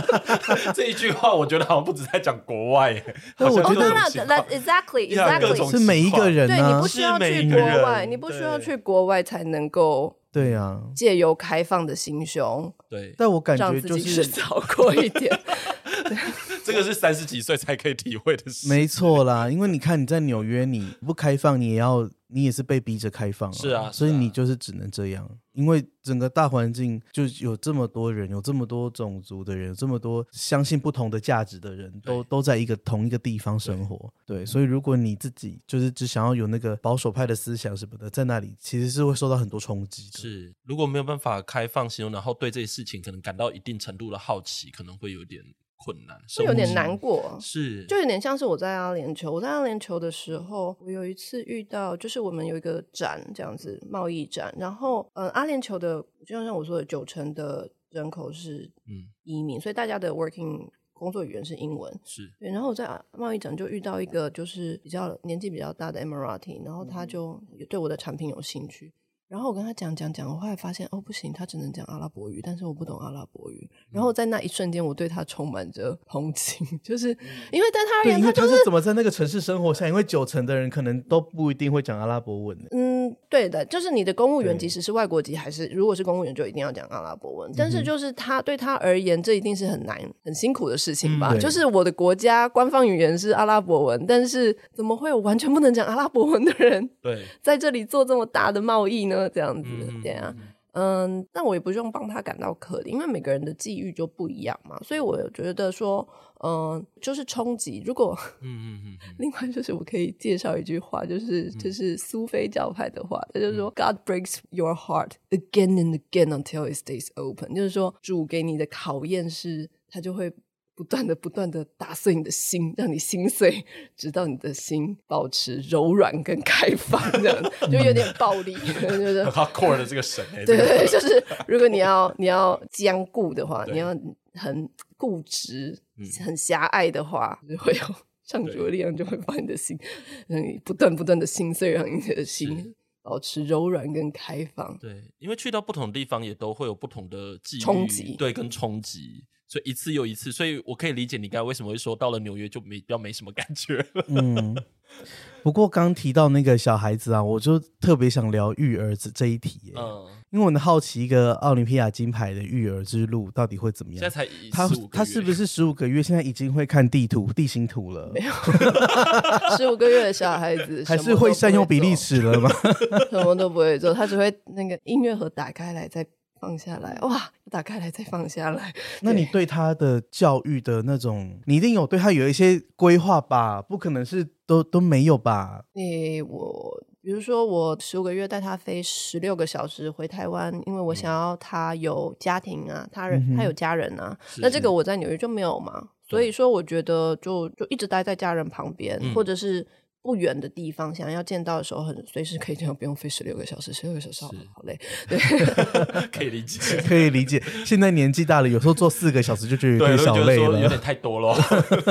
[SPEAKER 1] 这一句话，我觉得好像不止在讲国外耶，
[SPEAKER 3] 但
[SPEAKER 1] 好
[SPEAKER 3] 我
[SPEAKER 1] 像
[SPEAKER 3] 觉
[SPEAKER 2] 哦，
[SPEAKER 3] 得
[SPEAKER 1] 各
[SPEAKER 2] 当
[SPEAKER 1] 种
[SPEAKER 2] 然
[SPEAKER 1] 情
[SPEAKER 2] 那
[SPEAKER 1] 况
[SPEAKER 2] ，exactly
[SPEAKER 1] 对啊各种
[SPEAKER 2] exactly，
[SPEAKER 3] 是每一个人
[SPEAKER 2] 对你
[SPEAKER 3] 啊
[SPEAKER 2] 不，需要
[SPEAKER 1] 是每
[SPEAKER 2] 去
[SPEAKER 1] 一
[SPEAKER 2] 国
[SPEAKER 1] 个人
[SPEAKER 2] 外，你不需要
[SPEAKER 1] 对
[SPEAKER 2] 去国外才能够
[SPEAKER 3] 对啊。
[SPEAKER 2] 借由开放的心胸，
[SPEAKER 1] 对，
[SPEAKER 3] 但我感
[SPEAKER 2] 让
[SPEAKER 3] 觉
[SPEAKER 2] 自
[SPEAKER 3] 就
[SPEAKER 2] 己日
[SPEAKER 3] 是
[SPEAKER 2] 子好过一点。
[SPEAKER 1] 这个是三十几岁才可以体会的事。
[SPEAKER 3] 没 错啦，因为你看你在纽约，你不开放，你也要你也是被逼着开放、
[SPEAKER 1] 是啊是啊
[SPEAKER 3] 所以你就是只能这样，因为整个大环境就有这么多人，有这么多种族的人，有这么多相信不同的价值的人，都都在一个同一个地方生活，对，所以如果你自己就是只想要有那个保守派的思想什么的，在那里其实是会受到很多冲击的，
[SPEAKER 1] 是，如果没有办法开放心胸，然后对这些事情可能感到一定程度的好奇，可能会有点困难，
[SPEAKER 2] 会有点难过
[SPEAKER 1] 生活。是，
[SPEAKER 2] 就有点像是我在阿联酋，我在阿联酋的时候，我有一次遇到，就是我们有一个展这样子贸易展，然后嗯，阿联酋的就像我说的，九成的人口是
[SPEAKER 1] 嗯
[SPEAKER 2] 移民，所以大家的 working 工作语言是英文，
[SPEAKER 1] 是
[SPEAKER 2] 对，然后我在啊贸易展就遇到一个就是比较年纪比较大的 Emirati，然后他就对我的产品有兴趣，然后我跟他讲讲讲，我后来发现哦不行，他只能讲阿拉伯语，但是我不懂阿拉伯语。然后在那一瞬间，我对他充满着同情， 就是因为对他而
[SPEAKER 3] 对，
[SPEAKER 2] 言，
[SPEAKER 3] 因为
[SPEAKER 2] 就
[SPEAKER 3] 他是怎么在那个城市生活下，因为九成的人可能都不一定会讲阿拉伯文，
[SPEAKER 2] 嗯，对的，就是你的公务员，
[SPEAKER 3] 对
[SPEAKER 2] 即使是外国籍，还是如果是公务员，就一定要讲阿拉伯文。但是就是他对他而言，这一定是很难、很辛苦的事情吧？
[SPEAKER 3] 对
[SPEAKER 2] 就是我的国家官方语言是阿拉伯文，但是怎么会有完全不能讲阿拉伯文的人
[SPEAKER 1] 对，
[SPEAKER 2] 在这里做这么大的贸易呢？这样子，
[SPEAKER 1] 嗯
[SPEAKER 2] 对啊。嗯，但我也不用帮他感到可怜，因为每个人的际遇就不一样嘛，所以我觉得说，嗯，就是冲击。如果
[SPEAKER 1] 嗯嗯嗯嗯，
[SPEAKER 2] 另外就是我可以介绍一句话，就是就是苏菲教派的话，他就说、God breaks your heart again and again until it stays open，就是说主给你的考验是，他就会不断的不断的打碎你的心，让你心碎，直到你的心保持柔软跟开放，这样就有点暴力， 就是
[SPEAKER 1] 很 hardcore 的这个神哎、欸，
[SPEAKER 2] 对
[SPEAKER 1] 这个
[SPEAKER 2] 对，对，就是如果你要你要坚固的话，
[SPEAKER 1] 对
[SPEAKER 2] 你要很固执、
[SPEAKER 1] 嗯
[SPEAKER 2] 很狭隘的话，就会有上主的力量就会把你的心，让你不断不断的心碎，让你的
[SPEAKER 1] 是
[SPEAKER 2] 心保持柔软跟开放。
[SPEAKER 1] 对，因为去到不同的地方也都会有不同的际遇
[SPEAKER 2] 冲击
[SPEAKER 1] 对，跟冲击，所以一次又一次，所以我可以理解你刚才为什么会说到了纽约就没比较没什么感觉了。
[SPEAKER 3] 嗯，不过刚提到那个小孩子啊，我就特别想聊育儿这这一题耶、
[SPEAKER 1] 嗯，
[SPEAKER 3] 因为我很好奇一个奥林匹亚金牌的育儿之路到底会怎么
[SPEAKER 1] 现在
[SPEAKER 3] 样。
[SPEAKER 1] 才一
[SPEAKER 3] 他
[SPEAKER 1] 15个
[SPEAKER 3] 他是
[SPEAKER 1] 月
[SPEAKER 3] 不是十五个月？现在已经会看地图、地形图了，
[SPEAKER 2] 十五个月的小孩子
[SPEAKER 3] 还
[SPEAKER 2] 什
[SPEAKER 3] 是
[SPEAKER 2] 么都
[SPEAKER 3] 会
[SPEAKER 2] 不
[SPEAKER 3] 善用比例
[SPEAKER 2] 做，
[SPEAKER 3] 尺了吗？
[SPEAKER 2] 什么都不会做，他只会那个音乐盒打开来再放下来，哇，打开来再放下来，
[SPEAKER 3] 那你对他的教育的那种，你一定有对他有一些规划吧？不可能是都都没有吧？
[SPEAKER 2] 诶，我比如说我十五个月带他飞十六个小时回台湾，因为我
[SPEAKER 3] 嗯
[SPEAKER 2] 想要他有家庭啊，他人、他有家人啊。那这个我在纽约就没有嘛，所以说我觉得就就一直待在家人旁边，
[SPEAKER 1] 嗯
[SPEAKER 2] 或者是。不远的地方，想要见到的时候，很随时可以见到，不用飞十六个小时，十六个小时好
[SPEAKER 1] 是
[SPEAKER 2] 好累。
[SPEAKER 1] 可以理 解，
[SPEAKER 3] 可以理解。现在年纪大了，有时候做四个小时就觉得有
[SPEAKER 1] 对，
[SPEAKER 3] 点
[SPEAKER 1] 我
[SPEAKER 3] 小
[SPEAKER 1] 觉得
[SPEAKER 3] 累
[SPEAKER 1] 说有
[SPEAKER 3] 了。
[SPEAKER 1] 点太多 了。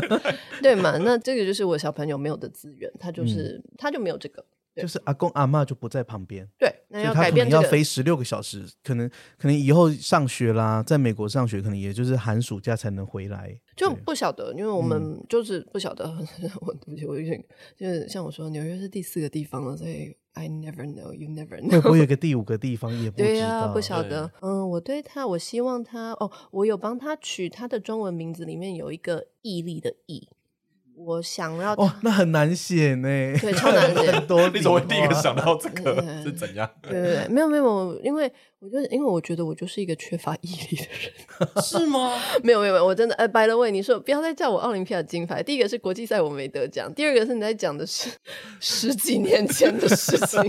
[SPEAKER 2] 对嘛？那这个就是我小朋友没有的资源，他
[SPEAKER 3] 嗯
[SPEAKER 2] 就是、他就没有这个。对
[SPEAKER 3] 就是阿公阿嬷就不在旁边，
[SPEAKER 2] 对，那
[SPEAKER 3] 所以
[SPEAKER 2] 要
[SPEAKER 3] 他
[SPEAKER 2] 改
[SPEAKER 3] 可
[SPEAKER 2] 变
[SPEAKER 3] 能
[SPEAKER 2] 这
[SPEAKER 3] 要
[SPEAKER 2] 个。
[SPEAKER 3] 飞十六个小时，可能可能以后上学啦，在美国上学，可能也就是寒暑假才能回来。
[SPEAKER 2] 就
[SPEAKER 3] 对 嗯
[SPEAKER 2] 不晓得，因为我们就是不晓得。 我对不起，我有点就是像我说，纽约是第四个地方了，所以 I never know, you never
[SPEAKER 3] 会
[SPEAKER 2] know。
[SPEAKER 3] 不会有个第五个地方也不
[SPEAKER 2] 对
[SPEAKER 3] 知
[SPEAKER 2] 呀、
[SPEAKER 3] 道？
[SPEAKER 2] 不晓得。嗯，我对他，我希望他哦，我有帮他取他的中文名字，里面有一个毅力的毅。我想要他，
[SPEAKER 3] 哦，那很难写呢，
[SPEAKER 2] 对，超难写。
[SPEAKER 3] 很多 啊
[SPEAKER 1] 你
[SPEAKER 3] 笔
[SPEAKER 1] 怎么
[SPEAKER 3] 画
[SPEAKER 1] 会第一个想到这个
[SPEAKER 2] 嗯
[SPEAKER 1] 是怎样？
[SPEAKER 2] 对对对，没有没有，因为我就是因为我觉得我就是一个缺乏毅力的人。
[SPEAKER 1] 是吗？
[SPEAKER 2] 没有没有，没有，我真的哎，by the way，你说不要再叫我奥林匹亚金牌。第一个是国际赛我没得奖，第二个是你在讲的是十几年前的事情。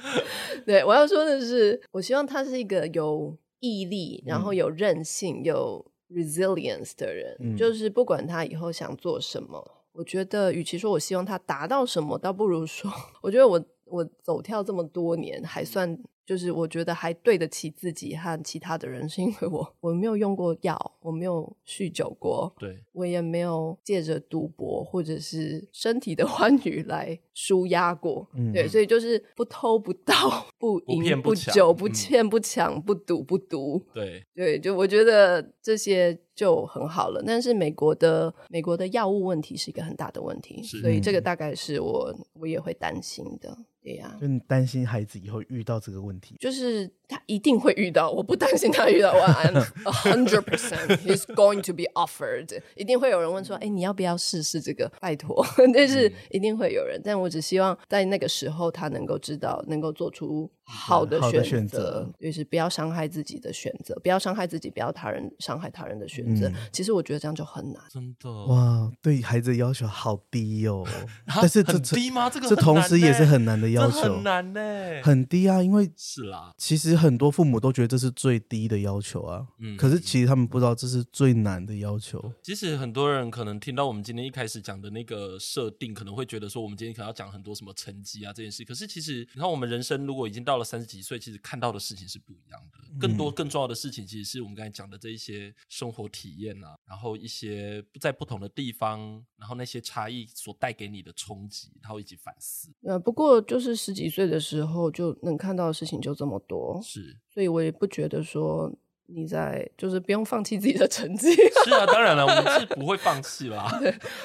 [SPEAKER 2] 对，我要说的是，我希望他是一个有毅力，然后有韧性、有 resilience 的人，
[SPEAKER 3] 嗯
[SPEAKER 2] 就是不管他以后想做什么。我觉得，与其说我希望他达到什么，倒不如说，我觉得我我走跳这么多年，还算就是我觉得还对得起自己和其他的人，是因为我我没有用过药，我没有酗酒过，
[SPEAKER 1] 对，
[SPEAKER 2] 我也没有借着赌博或者是身体的欢愉来舒压过。
[SPEAKER 3] 嗯
[SPEAKER 2] 对，所以就是不偷不 盗、不
[SPEAKER 1] 不骗
[SPEAKER 2] 淫、
[SPEAKER 1] 不
[SPEAKER 2] 不
[SPEAKER 1] 抢
[SPEAKER 2] 酒、不
[SPEAKER 1] 嗯
[SPEAKER 2] 骗、不抢、不赌、不毒。
[SPEAKER 1] 对，
[SPEAKER 2] 对，就我觉得这些就很好了。但是美国的美国的药物问题是一个很大的问题，
[SPEAKER 1] 是
[SPEAKER 2] 所以这个大概是我我也会担心的。对对呀、
[SPEAKER 3] 就你担心孩子以后遇到这个问题。
[SPEAKER 2] 就是他一定会遇到，我不担心他遇到。我 I'm a hundred percent he's going to be offered，一定会有人问说，哎、你要不要试试这个？拜托，但
[SPEAKER 3] 嗯
[SPEAKER 2] 是一定会有人。但我只希望在那个时候，他能够知道，能够做出好的
[SPEAKER 3] 好的选
[SPEAKER 2] 选
[SPEAKER 3] 择
[SPEAKER 2] 择，就是不要伤害自己的选择，不要伤害自己，不要他人伤害他人的选择。
[SPEAKER 3] 嗯
[SPEAKER 2] 其实我觉得这样就很难。
[SPEAKER 1] 真的，
[SPEAKER 3] 哇，对孩子要求好低
[SPEAKER 1] 哦
[SPEAKER 3] 哦
[SPEAKER 1] 啊
[SPEAKER 3] 但是这
[SPEAKER 1] 很低吗？这个
[SPEAKER 3] 这
[SPEAKER 1] 很
[SPEAKER 3] 同
[SPEAKER 1] 难
[SPEAKER 3] 时也
[SPEAKER 1] 呢
[SPEAKER 3] 是很难的要
[SPEAKER 1] 这
[SPEAKER 3] 求，
[SPEAKER 1] 很难呢。
[SPEAKER 3] 很低啊，因为
[SPEAKER 1] 是啦，
[SPEAKER 3] 其实很多父母都觉得这是最低的要求啊，
[SPEAKER 1] 嗯
[SPEAKER 3] 可是其实他们不知道这是最难的要求。
[SPEAKER 1] 其实很多人可能听到我们今天一开始讲的那个设定，可能会觉得说我们今天可能要讲很多什么成绩啊这件事。可是其实你看，我们人生如果已经到了三十几岁，其实看到的事情是不一样的。更
[SPEAKER 3] 嗯
[SPEAKER 1] 多更重要的事情，其实是我们刚才讲的这一些生活体验啊，然后一些在不同的地方，然后那些差异所带给你的冲击，然后以及反思。
[SPEAKER 2] 呃，不过就是十几岁的时候就能看到的事情就这么多，
[SPEAKER 1] 是
[SPEAKER 2] 所以我也不觉得说你在就是不用放弃自己的成绩。
[SPEAKER 1] 是啊，当然了，我们是不会放弃 啦，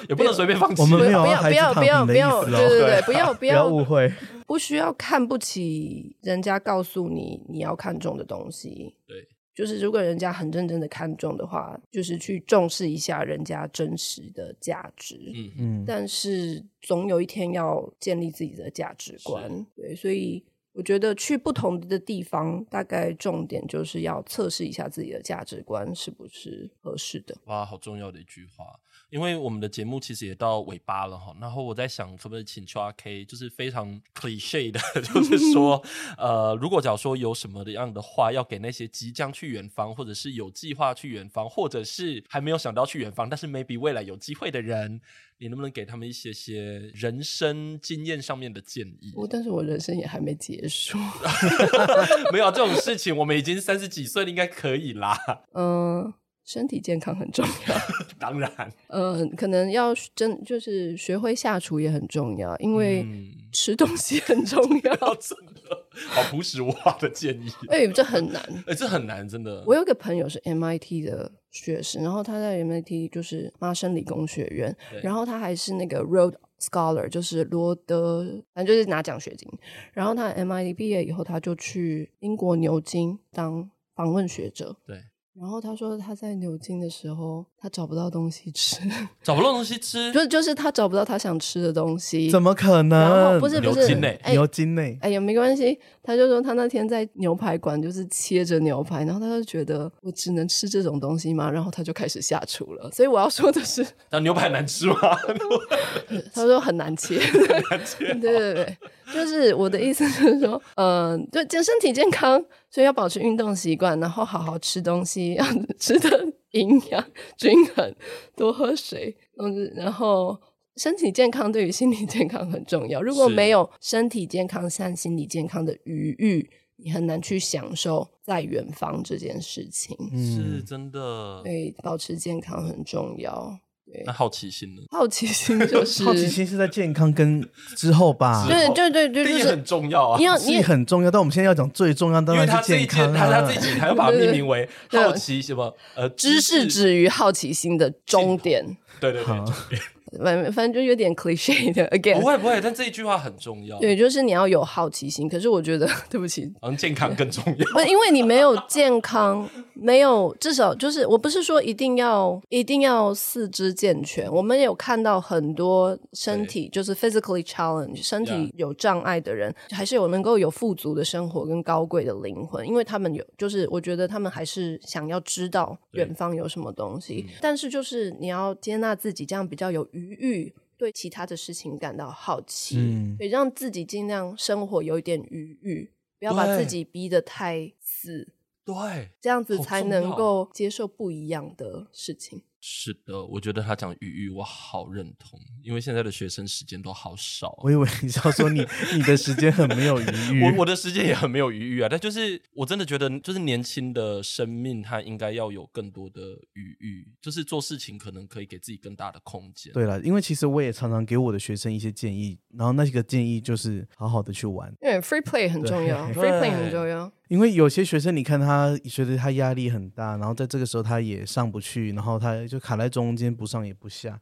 [SPEAKER 1] 也不能随便放弃。
[SPEAKER 3] 我们没有
[SPEAKER 2] 不
[SPEAKER 3] 要
[SPEAKER 2] 要不
[SPEAKER 3] 孩子
[SPEAKER 2] 要
[SPEAKER 3] 躺
[SPEAKER 2] 不要
[SPEAKER 3] 平
[SPEAKER 2] 不
[SPEAKER 3] 的意
[SPEAKER 2] 要，
[SPEAKER 3] 思
[SPEAKER 2] 对对
[SPEAKER 3] 哦，
[SPEAKER 2] 对，不 要不
[SPEAKER 3] 不
[SPEAKER 2] 要
[SPEAKER 3] 要误会。
[SPEAKER 2] 不需要看不起人家告诉你你要看重的东西。
[SPEAKER 1] 对，
[SPEAKER 2] 就是如果人家很认真的看重的话，就是去重视一下人家真实的价值。
[SPEAKER 1] 嗯嗯，
[SPEAKER 3] 嗯，
[SPEAKER 2] 但是总有一天要建立自己的价值观，对，所以我觉得去不同的地方，大概重点就是要测试一下自己的价值观是不是合适的。
[SPEAKER 1] 哇，好重要的一句话，因为我们的节目其实也到尾巴了哈。然后我在想，可不可以请邱阿 K，就是非常 cliche 的， 就是说，呃，如果假如说有什么样的话要给那些即将去远方，或者是有计划去远方，或者是还没有想到去远方，但是 maybe 未来有机会的人，你能不能给他们一些些人生经验上面的建议？
[SPEAKER 2] 我但是我人生也还没结束，
[SPEAKER 1] 没有啊这种事情，我们已经三十几岁了，应该可以啦。
[SPEAKER 2] 嗯、身体健康很重要。
[SPEAKER 1] 当然，
[SPEAKER 2] 嗯，可能要真就是学会下厨也很重要，因为
[SPEAKER 1] 嗯
[SPEAKER 2] 吃东西很重要。
[SPEAKER 1] 哦，真的好朴实无华的建议。
[SPEAKER 2] 哎、这很难。
[SPEAKER 1] 哎、这很难，真的。
[SPEAKER 2] 我有一个朋友是 MIT 的学士，然后他在 MIT 就是麻省理工学院
[SPEAKER 1] 对，
[SPEAKER 2] 然后他还是那个 Rhodes Scholar，就是罗德，反正就是拿奖学金。然后他 MIT 毕业以后，他就去英国牛津当访问学者。
[SPEAKER 1] 对，
[SPEAKER 2] 然后他说他在牛津的时候，他找不到东西吃，
[SPEAKER 1] 找不到东西吃，
[SPEAKER 2] 就就是他找不到他想吃的东西。
[SPEAKER 3] 怎么可
[SPEAKER 2] 然
[SPEAKER 3] 能？
[SPEAKER 2] 后不是
[SPEAKER 1] 牛
[SPEAKER 2] 不是
[SPEAKER 1] 筋欸，
[SPEAKER 2] 哎
[SPEAKER 3] 牛筋内，
[SPEAKER 2] 哎呀，没关系。他就说他那天在牛排馆就是切着牛排，然后他就觉得我只能吃这种东西吗？然后他就开始下厨了。所以我要说的是，
[SPEAKER 1] 那牛排难吃吗？
[SPEAKER 2] 他说很难切，对对对，就是我的意思就是说，嗯、就健身体健康，所以要保持运动习惯，然后好好吃东西，要吃的 营养均衡，多喝水，嗯，然后。身体健康对于心理健康很重要。如果
[SPEAKER 1] 是
[SPEAKER 2] 没有身体健康和心理健康的余裕，你很难去享受在远方这件事情。
[SPEAKER 1] 是
[SPEAKER 3] 嗯，
[SPEAKER 1] 真的。
[SPEAKER 2] 所以保持健康很重要。
[SPEAKER 1] 那好奇心呢？
[SPEAKER 2] 好奇心 就是
[SPEAKER 3] 好奇，心是在健康跟之后吧
[SPEAKER 1] 是，
[SPEAKER 2] 对对对对，就
[SPEAKER 1] 这也
[SPEAKER 2] 是
[SPEAKER 1] 很重要啊
[SPEAKER 2] 你，要
[SPEAKER 3] 是
[SPEAKER 2] 你也
[SPEAKER 3] 很重要，但我们现在要讲最重要，当
[SPEAKER 1] 因为
[SPEAKER 3] 然
[SPEAKER 1] 他
[SPEAKER 3] 是
[SPEAKER 1] 这一
[SPEAKER 3] 健
[SPEAKER 1] 件，
[SPEAKER 3] 康
[SPEAKER 1] 他他
[SPEAKER 3] 啊
[SPEAKER 1] 自。己还要把它
[SPEAKER 2] 对
[SPEAKER 1] 命
[SPEAKER 2] 对
[SPEAKER 1] 名为
[SPEAKER 2] 对
[SPEAKER 1] 好奇什么呃
[SPEAKER 2] 知识，止于好奇心的终点。
[SPEAKER 1] 对对对
[SPEAKER 3] 好，
[SPEAKER 2] 反反正就有点 cliche 的 again，
[SPEAKER 1] 不会不会，但这一句话很重要，
[SPEAKER 2] 对，，就是你要有好奇心。可是我觉得， 对不起，
[SPEAKER 1] 好像健康更重 要，
[SPEAKER 2] 不，因为你没有健康，没有至少就是，我不是说一定要一定要四肢健全。我们有看到很多身体就是 physically challenge 身
[SPEAKER 1] Yeah
[SPEAKER 2] 体有障碍的人，还是有能够有富足的生活跟高贵的灵魂，因为他们有就是我觉得他们还是想要知道
[SPEAKER 1] 对
[SPEAKER 2] 远方有什么东西
[SPEAKER 1] 嗯，
[SPEAKER 2] 但是就是你要接纳自己，这样比较有余裕。对其他的事情感到好奇，
[SPEAKER 3] 嗯
[SPEAKER 2] 对，让自己尽量生活有一点余裕，不要把
[SPEAKER 1] 对
[SPEAKER 2] 自己逼得太死，
[SPEAKER 1] 对。
[SPEAKER 2] 这样子
[SPEAKER 1] 好
[SPEAKER 2] 才
[SPEAKER 1] 重
[SPEAKER 2] 能
[SPEAKER 1] 要
[SPEAKER 2] 够接受不一样的事情。
[SPEAKER 1] 是的，我觉得他讲语育我好认同，因为现在的学生时间都好少。啊
[SPEAKER 3] 我以为你是要 说你你的时间很没有余裕，
[SPEAKER 1] 我我的时间也很没有余裕啊，但就是我真的觉得，就是年轻的生命，它应该要有更多的余裕，就是做事情可能可以给自己更大的空间。
[SPEAKER 3] 对了，因为其实我也常常给我的学生一些建议，然后那个建议就是好好的去玩，
[SPEAKER 2] 对，free play 很重要
[SPEAKER 1] 对
[SPEAKER 2] ，free play 很重要。
[SPEAKER 3] 因为有些学生你看他觉得他压力很大，然后在这个时候他也上不去，然后他就卡在中间不上也不下。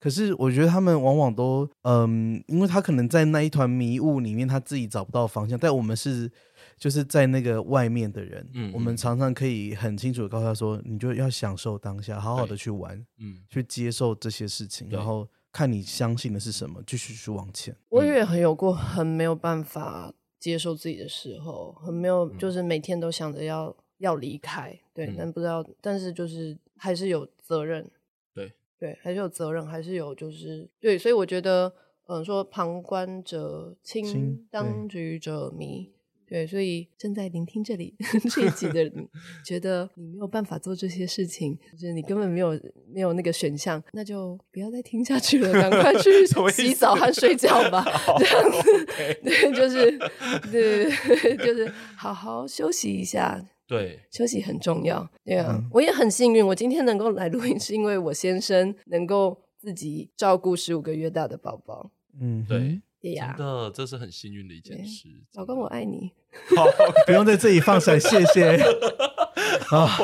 [SPEAKER 3] 可是我觉得他们往往都，嗯，因为他可能在那一团迷雾里面，他自己找不到方向。但我们是就是在那个外面的人，
[SPEAKER 1] 嗯
[SPEAKER 3] 我们
[SPEAKER 1] 嗯
[SPEAKER 3] 常常可以很清楚的告诉他说，你就要享受当下，好好的
[SPEAKER 1] 对
[SPEAKER 3] 去玩，
[SPEAKER 1] 嗯，
[SPEAKER 3] 去接受这些事情，
[SPEAKER 1] 对
[SPEAKER 3] 然后看你相信的是什么，继续去往前。
[SPEAKER 1] 嗯
[SPEAKER 2] 我也很有过很没有办法接受自己的时候，很没有，就是每天都想着要要离开，对，
[SPEAKER 1] 嗯
[SPEAKER 2] 但不知道，但是就是还是有责任，
[SPEAKER 1] 对
[SPEAKER 2] 对，还是有责任，还是有就是对，所以我觉得，嗯、说旁观者
[SPEAKER 3] 清对
[SPEAKER 2] 清，当局者迷。对，所以正在聆听这里 这一集的你，觉得你没有办法做这些事情，就是你根本没有没有那个选项，那就不要再听下去了，赶 快去
[SPEAKER 1] 什么意思
[SPEAKER 2] 洗澡和睡觉 吧。这样子，
[SPEAKER 1] OK
[SPEAKER 2] 对，就是，对对，对 就是好好休息一下，
[SPEAKER 1] 对，
[SPEAKER 2] 休息很重要。对啊，
[SPEAKER 3] 嗯
[SPEAKER 2] 我也很幸运，我今天能够来录音，是因为我先生能够自己照顾十五个月大的宝宝。
[SPEAKER 3] 嗯，
[SPEAKER 1] 对，
[SPEAKER 2] 对呀
[SPEAKER 1] 真、的，这是很幸运的一件
[SPEAKER 2] 对
[SPEAKER 1] 事。
[SPEAKER 2] 老公我爱你。
[SPEAKER 1] 好，
[SPEAKER 3] 不用在这里放闪，谢 谢。啊，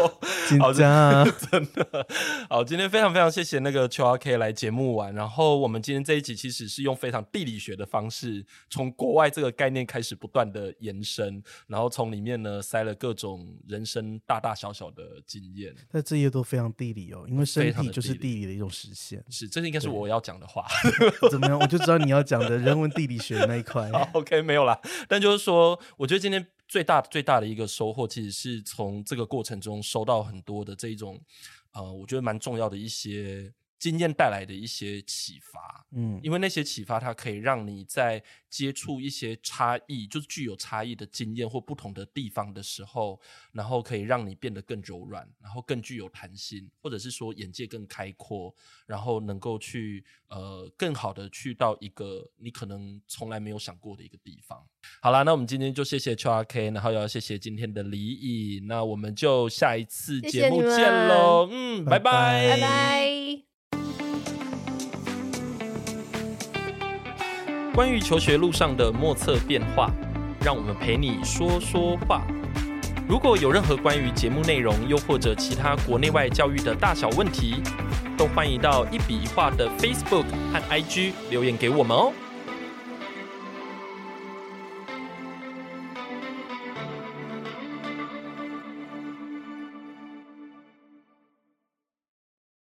[SPEAKER 3] 紧
[SPEAKER 1] 好
[SPEAKER 3] 张啊，
[SPEAKER 1] 真的好，今天非常非常谢谢那个邱 R K 来节目玩。然后我们今天这一集其实是用非常地理学的方式，从国外这个概念开始不断的延伸，然后从里面呢塞了各种人生大大小小的经验。
[SPEAKER 3] 那这些都非常地理哦，因为身
[SPEAKER 1] 非常
[SPEAKER 3] 体
[SPEAKER 1] 的
[SPEAKER 3] 就是
[SPEAKER 1] 地
[SPEAKER 3] 地理的一种实现。
[SPEAKER 1] 是，这应该是
[SPEAKER 3] 对
[SPEAKER 1] 我要讲的话。
[SPEAKER 3] 怎么样？我就知道你要讲的人文地理学那一 块。
[SPEAKER 1] 好 OK，没有啦。但就是说，我觉得今天最大最大的一个收获，其实是从这个过程中收到很多的这一种，呃，我觉得蛮重要的一些经验带来的一些启发。
[SPEAKER 3] 嗯，
[SPEAKER 1] 因为那些启发，它可以让你在接触一些差异，就是具有差异的经验或不同的地方的时候，然后可以让你变得更柔软，然后更具有弹性，或者是说眼界更开阔，然后能够去呃更好的去到一个你可能从来没有想过的一个地方。好啦，那我们今天就谢谢 QRK，然后也要谢谢今天的李毅，那我们就下一次
[SPEAKER 2] 谢谢
[SPEAKER 1] 节目
[SPEAKER 2] 你们
[SPEAKER 1] 见喽，嗯，
[SPEAKER 3] 拜拜
[SPEAKER 2] 拜拜。
[SPEAKER 1] 关于求学路上的莫测变化，让我们陪你说说话。如果有任何关于节目内容，又或者其他国内外教育的大小问题，都欢迎到一笔一画的 Facebook 和 IG 留言给我们哦。